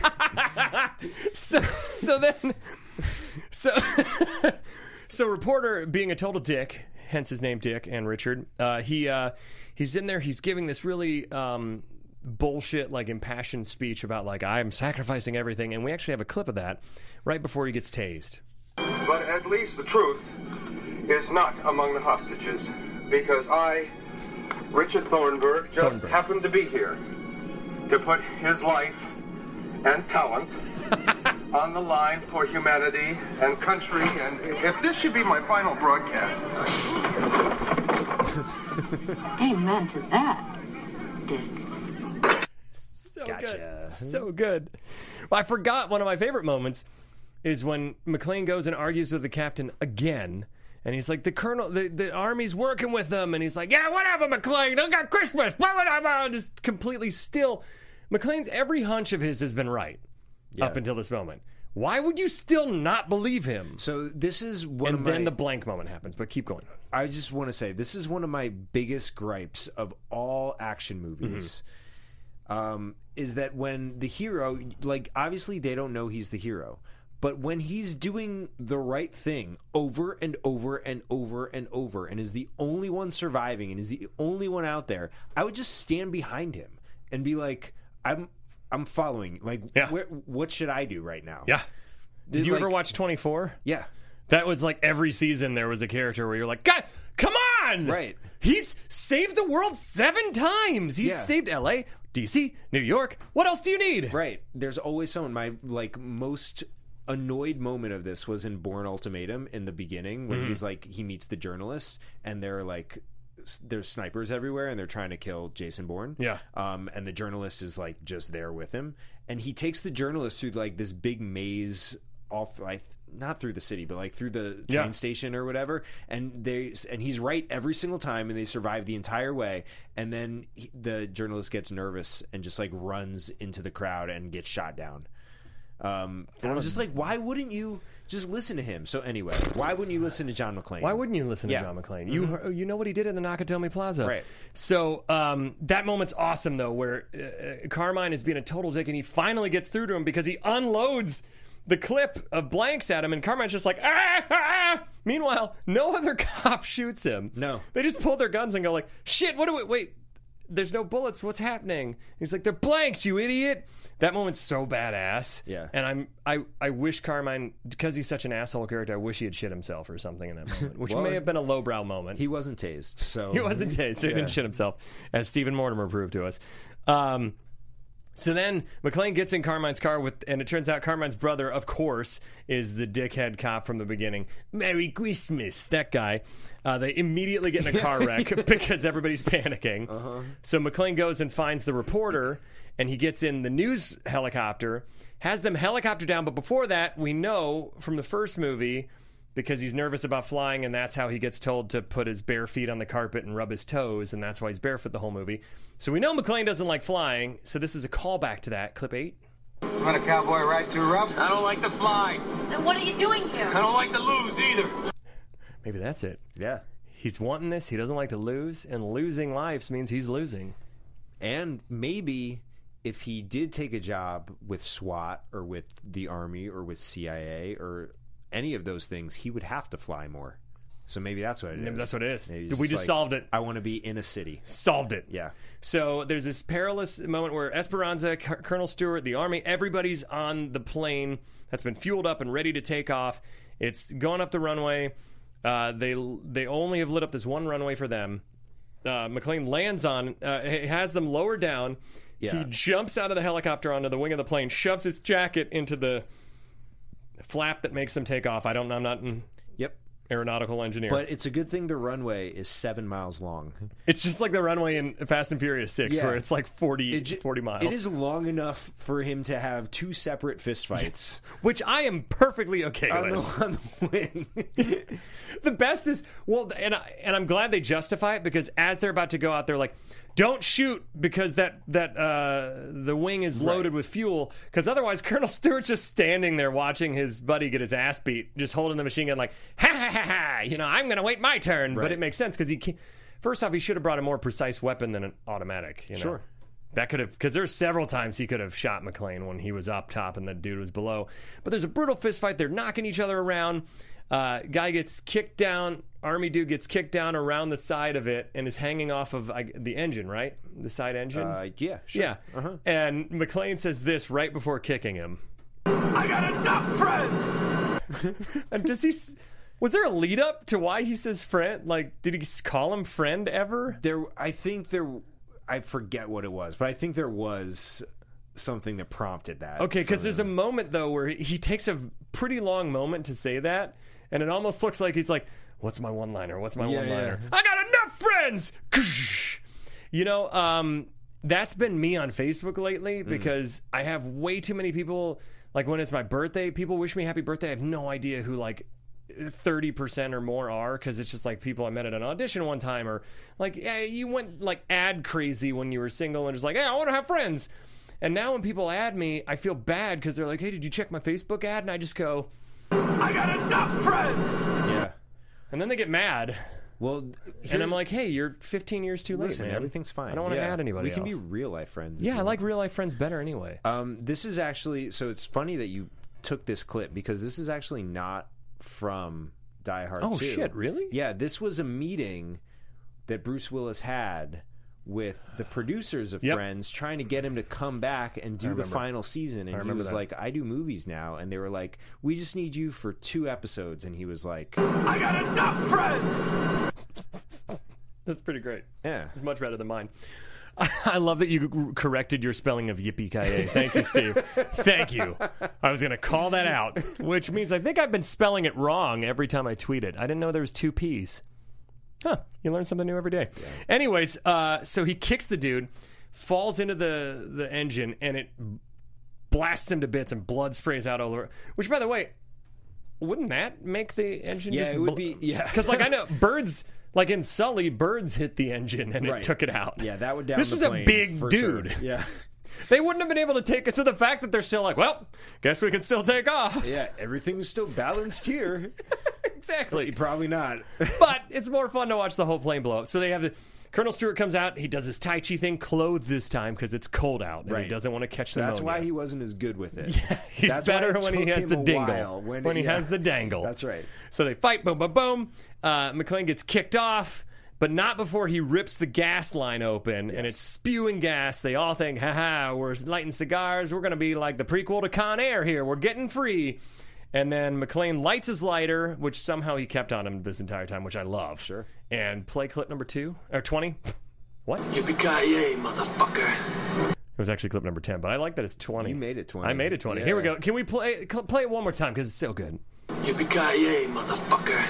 [SPEAKER 1] *laughs* so *laughs* so then so *laughs* so reporter being a total dick hence his name dick and richard uh, he uh, he's in there he's giving this really um, bullshit like impassioned speech about like i'm sacrificing everything and we actually have a clip of that right before he gets tased
[SPEAKER 8] But at least the truth is not among the hostages, because I, Richard Thornburg, just
[SPEAKER 1] Thornburg.
[SPEAKER 8] happened to be here to put his life and talent on the line for humanity and country. And if this should be my final broadcast,
[SPEAKER 6] Amen to that, Dick.
[SPEAKER 1] so
[SPEAKER 3] Gotcha. Uh-huh.
[SPEAKER 1] good so good well, i forgot one of my favorite moments is when mclean goes and argues with the captain again and he's like, the colonel, the, the army's working with them. And he's like, yeah, whatever, McLean. Don't got Christmas. Blah, blah, blah, blah. Just completely still. McLean's every hunch of his has been right up until this moment. Why would you still not believe him?
[SPEAKER 3] so this is one
[SPEAKER 1] and
[SPEAKER 3] of my.
[SPEAKER 1] then the blank moment happens, but keep going.
[SPEAKER 3] I just want to say this is one of my biggest gripes of all action movies.
[SPEAKER 1] Mm-hmm.
[SPEAKER 3] Um, is that when the hero, like, obviously they don't know he's the hero, but when he's doing the right thing over and over and over and over and is the only one surviving and is the only one out there, I would just stand behind him and be like, I'm. I'm following. Like,
[SPEAKER 1] Yeah.
[SPEAKER 3] where, what should I do right now?
[SPEAKER 1] Yeah. Did you
[SPEAKER 3] like-
[SPEAKER 1] ever watch 24?
[SPEAKER 3] Yeah.
[SPEAKER 1] That was like every season there was a character where you're like, God, come on!
[SPEAKER 3] Right.
[SPEAKER 1] He's saved the world seven times. He's
[SPEAKER 3] Yeah.
[SPEAKER 1] saved LA, DC, New York. What else do you need?
[SPEAKER 3] Right. There's always someone. My like most annoyed moment of this was in Born Ultimatum in the beginning when he's like he meets the journalist and they're like s- there's snipers everywhere and they're trying to kill Jason Bourne.
[SPEAKER 1] Yeah.
[SPEAKER 3] Um and the journalist is like just there with him and he takes the journalist through like this big maze off like not through the city but like through the train
[SPEAKER 1] Yeah.
[SPEAKER 3] station or whatever and they and he's right every single time and they survive the entire way and then he, the journalist gets nervous and just like runs into the crowd and gets shot down um and i'm just like why wouldn't you just listen to him so anyway why wouldn't you listen to john mcclane
[SPEAKER 1] Why wouldn't you listen
[SPEAKER 3] Yeah. Mm-hmm.
[SPEAKER 1] to John McClane? You heard- you know what he did in the Nakatomi Plaza,
[SPEAKER 3] Right.
[SPEAKER 1] So um, that moment's awesome though, where uh, uh, Carmine is being a total dick, and he finally gets through to him because he unloads the clip of blanks at him, and Carmine's just like ah, ah, ah." Meanwhile, no *laughs* other cop shoots him.
[SPEAKER 3] No.
[SPEAKER 1] they just pull their guns and go like, shit. What do we wait? There's no bullets. What's happening? He's like, they're blanks, you idiot. That moment's so badass.
[SPEAKER 3] Yeah.
[SPEAKER 1] *laughs* And I'm I, I wish Carmine because he's such an asshole character, I wish he had shit himself or something in that moment. Which may have been a lowbrow moment.
[SPEAKER 3] he wasn't tased
[SPEAKER 1] *laughs*
[SPEAKER 3] so
[SPEAKER 1] He wasn't tased, so he didn't shit himself, as Stephen Mortimer proved to us. Um, so then McLean gets in Carmine's car with, and it turns out Carmine's brother, of course, is the dickhead cop from the beginning. Merry Christmas, that guy. Uh, they immediately get in a car wreck because everybody's panicking. So McLean goes and finds the reporter, and he gets in the news helicopter, has them helicopter down. But before that, we know from the first movie because he's nervous about flying, and that's how he gets told to put his bare feet on the carpet and rub his toes, and that's why he's barefoot the whole movie. So we know McLean doesn't like flying, so this is a callback to that. Clip eight.
[SPEAKER 8] want a cowboy ride too rough?
[SPEAKER 7] I don't like to fly.
[SPEAKER 9] Then what are you doing here?
[SPEAKER 7] I don't like to lose either.
[SPEAKER 1] Maybe that's it.
[SPEAKER 3] yeah
[SPEAKER 1] He's wanting this. He doesn't like to lose, and losing lives means he's losing.
[SPEAKER 3] And maybe if he did take a job with SWAT or with the Army or with CIA or any of those things, he would have to fly more. So maybe that's what it is.
[SPEAKER 1] Maybe that's what it is.
[SPEAKER 3] Maybe
[SPEAKER 1] We just solved it.
[SPEAKER 3] I want to be in a city.
[SPEAKER 1] Solved it.
[SPEAKER 3] Yeah.
[SPEAKER 1] So there's this perilous moment where Esperanza, C- Colonel Stewart, the army, everybody's on the plane that's been fueled up and ready to take off. It's going up the runway. Uh, they they only have lit up this one runway for them. Uh, McLean lands on, uh, h- has them lower down.
[SPEAKER 3] Yeah.
[SPEAKER 1] He jumps out of the helicopter onto the wing of the plane, shoves his jacket into the flap that makes them take off. I don't. I'm not an
[SPEAKER 3] Yep.
[SPEAKER 1] aeronautical engineer,
[SPEAKER 3] But it's a good thing the runway is seven
[SPEAKER 1] *laughs*
[SPEAKER 3] miles long.
[SPEAKER 1] it's just like the runway in Fast and Furious Six,
[SPEAKER 3] Yeah.
[SPEAKER 1] where it's like 40,
[SPEAKER 3] It ju-
[SPEAKER 1] 40 miles.
[SPEAKER 3] It is long enough for him to have two
[SPEAKER 1] *laughs*
[SPEAKER 3] separate fistfights
[SPEAKER 1] which I am perfectly okay
[SPEAKER 3] on,
[SPEAKER 1] with.
[SPEAKER 3] the, on the wing.
[SPEAKER 1] *laughs*
[SPEAKER 3] *laughs*
[SPEAKER 1] The best is well, and I, and I'm glad they justify it because as they're about to go out, they're like, "Don't shoot because that that uh, the wing is loaded with fuel because otherwise *laughs* Colonel Stewart's just standing there watching his buddy get his ass beat, just holding the machine gun like, ha ha ha ha, you know, I'm gonna wait my turn, but
[SPEAKER 3] Right.
[SPEAKER 1] it makes sense because he can't, first off he should have brought a more precise weapon than an automatic, you know?
[SPEAKER 3] Sure.
[SPEAKER 1] That could have, because there's several times he could have shot McLean when he was up top and the dude was below. But there's a brutal fist fight. They're knocking each other around. Uh, guy gets kicked down. Army dude gets kicked down around the side of it and is hanging off of I, the engine, right? The side engine.
[SPEAKER 3] uh, yeah, sure. Uh-huh.
[SPEAKER 1] Yeah. And McLean says this right before kicking him.
[SPEAKER 5] I got enough friends!
[SPEAKER 1] And does he? s- Was there a lead up to why he says friend? Like, did he s- call him friend ever?
[SPEAKER 3] There, I think there, I forget what it was, but I think there was something that prompted that.
[SPEAKER 1] Okay, because there's a moment though where he, he takes a pretty long moment to say that, and it almost looks like he's like, "What's my one liner? What's my
[SPEAKER 3] Yeah,
[SPEAKER 1] one liner? I got enough friends." *laughs* You know, um, that's been me on Facebook lately because I have way too many people. Like when it's my birthday, people wish me happy birthday. I have no idea who like. 30% or more are because it's just like people I met at an audition one time, or like, yeah, you went like ad crazy when you were single and just like, hey, I want to have friends. And now when people add me, I feel bad because they're like, "Hey, did you check my Facebook ad?" And I just go,
[SPEAKER 5] I got enough friends!
[SPEAKER 3] yeah.
[SPEAKER 1] and then they get mad,
[SPEAKER 3] Well,
[SPEAKER 1] and
[SPEAKER 3] here's-
[SPEAKER 1] I'm like, "Hey, you're 15 years too late,
[SPEAKER 3] listen,
[SPEAKER 1] man.
[SPEAKER 3] everything's fine.
[SPEAKER 1] I don't want to
[SPEAKER 3] Yeah.
[SPEAKER 1] add anybody.
[SPEAKER 3] We can be
[SPEAKER 1] else.
[SPEAKER 3] real life friends. if
[SPEAKER 1] yeah,
[SPEAKER 3] you
[SPEAKER 1] I
[SPEAKER 3] want.
[SPEAKER 1] like real life friends better anyway.
[SPEAKER 3] Um, this is actually so. It's funny that you took this clip because this is actually not from Die Hard.
[SPEAKER 1] Oh,
[SPEAKER 3] 2.
[SPEAKER 1] shit, really?
[SPEAKER 3] Yeah, this was a meeting that Bruce Willis had with the producers of
[SPEAKER 1] Yep.
[SPEAKER 3] Friends, trying to get him to come back and do the final season. And he
[SPEAKER 1] remember
[SPEAKER 3] was
[SPEAKER 1] that.
[SPEAKER 3] like, "I do movies now," and they were like, "We just need you for two episodes," and he was like,
[SPEAKER 5] I got enough friends!
[SPEAKER 1] That's pretty great.
[SPEAKER 3] "Yeah."
[SPEAKER 1] It's much better than mine. *laughs* I love that you corrected your spelling of yippee ki Thank you,
[SPEAKER 3] *laughs*
[SPEAKER 1] Steve. Thank you. I was going to call that out, which means I think I've been spelling it wrong every time I tweet it. I didn't know there was two P's. Huh? You learn something new every day. Anyways, uh, so he kicks the dude, falls into the the engine, and it blasts him to bits, and blood sprays out all over. Which, by the way, wouldn't that make the engine?
[SPEAKER 3] Yeah,
[SPEAKER 1] just
[SPEAKER 3] it would be- yeah.
[SPEAKER 1] because like I
[SPEAKER 3] *laughs*
[SPEAKER 1] know birds. Like in Sully, birds hit the engine and
[SPEAKER 3] Right.
[SPEAKER 1] it took it out.
[SPEAKER 3] Yeah, that would down.
[SPEAKER 1] This
[SPEAKER 3] the
[SPEAKER 1] is a
[SPEAKER 3] plane
[SPEAKER 1] big
[SPEAKER 3] for sure.
[SPEAKER 1] dude.
[SPEAKER 3] Yeah,
[SPEAKER 1] They wouldn't have been able to take it. So the fact that they're still like, well, guess we can still take
[SPEAKER 3] *laughs*
[SPEAKER 1] off.
[SPEAKER 3] yeah. Everything's still balanced here.
[SPEAKER 1] Exactly.
[SPEAKER 3] Probably not.
[SPEAKER 1] *laughs*
[SPEAKER 3] *laughs*
[SPEAKER 1] But it's more fun to watch the whole plane blow up. So they have the Colonel Stewart comes out. He does his Tai Chi thing, clothed this time because it's cold out and he
[SPEAKER 3] Right.
[SPEAKER 1] doesn't want to catch the.
[SPEAKER 3] That's why he wasn't as good
[SPEAKER 1] *laughs*
[SPEAKER 3] with it.
[SPEAKER 1] He's
[SPEAKER 3] That's why
[SPEAKER 1] better
[SPEAKER 3] it
[SPEAKER 1] when he
[SPEAKER 3] took
[SPEAKER 1] has
[SPEAKER 3] him
[SPEAKER 1] the
[SPEAKER 3] a
[SPEAKER 1] dingle.
[SPEAKER 3] while,
[SPEAKER 1] When,
[SPEAKER 3] when-
[SPEAKER 1] he
[SPEAKER 3] yeah.
[SPEAKER 1] has the dangle.
[SPEAKER 3] That's right.
[SPEAKER 1] So they fight. Boom, boom, boom. Uh, McLean gets kicked off, but not before he rips the gas line open, and it's spewing gas. They all think, "Ha ha, we're lighting cigars. We're going to be like the prequel to Con Air here. We're getting free." And then McLean lights his lighter, which somehow he kept on him this entire time, which I love. Sure. And play clip number two or twenty. *laughs* What? It
[SPEAKER 5] Yippee-ki-yay, motherfucker.
[SPEAKER 1] was actually clip number ten, but I like that it's twenty.
[SPEAKER 3] You made it 20.
[SPEAKER 1] I made it twenty.
[SPEAKER 3] Yeah.
[SPEAKER 1] Here we go. Can we play cl- play it one more time because it's so good?
[SPEAKER 5] Yippee-ki-yay, motherfucker.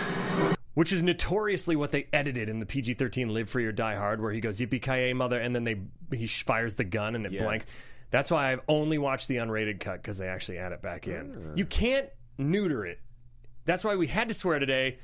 [SPEAKER 1] which is notoriously what they edited in the PG-13 Live Free or Die Hard, where he goes yippee mother, and then they he sh- fires the gun and it
[SPEAKER 3] Yeah.
[SPEAKER 1] blanks. That's why I've only watched the unrated cut because they actually add it back in. You can't neuter it. That's why we had to swear today.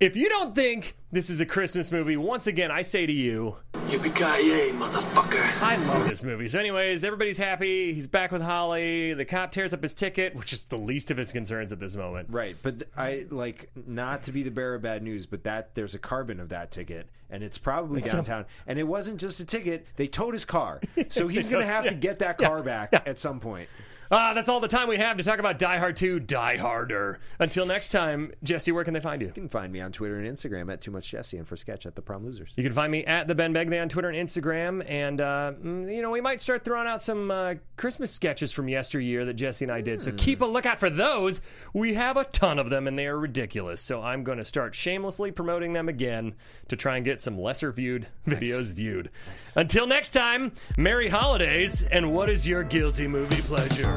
[SPEAKER 1] If you don't think this is a Christmas movie, once again I say to you,
[SPEAKER 5] Yippee-ki-yay, motherfucker.
[SPEAKER 1] I love this movie. So, anyways, everybody's happy. He's back with Holly. The cop tears up his ticket, which is the least of his concerns at this moment.
[SPEAKER 3] Right, but th- I like not to be the bearer of bad news, but that there's a carbon of that ticket, and it's probably downtown. and it wasn't just a ticket; they towed
[SPEAKER 1] *laughs*
[SPEAKER 3] his car, so he's going to have to get that car back at some point.
[SPEAKER 1] Ah, that's all the time we have to talk about Die Hard 2, Die Harder. Until next time, Jesse, where can they find you?
[SPEAKER 3] You can find me on Twitter and Instagram at Too Much Jesse, and for sketch at The Prom Losers.
[SPEAKER 1] You can find me at the Ben Begley on Twitter and Instagram, and uh, mm, you know we might start throwing out some uh, Christmas sketches from yesteryear that Jesse and I did. So keep a lookout for those. We have a ton of them, and they are ridiculous. So I'm going to start shamelessly promoting them again to try and get some lesser viewed videos viewed. Until next time, merry holidays, and what is your guilty movie pleasure?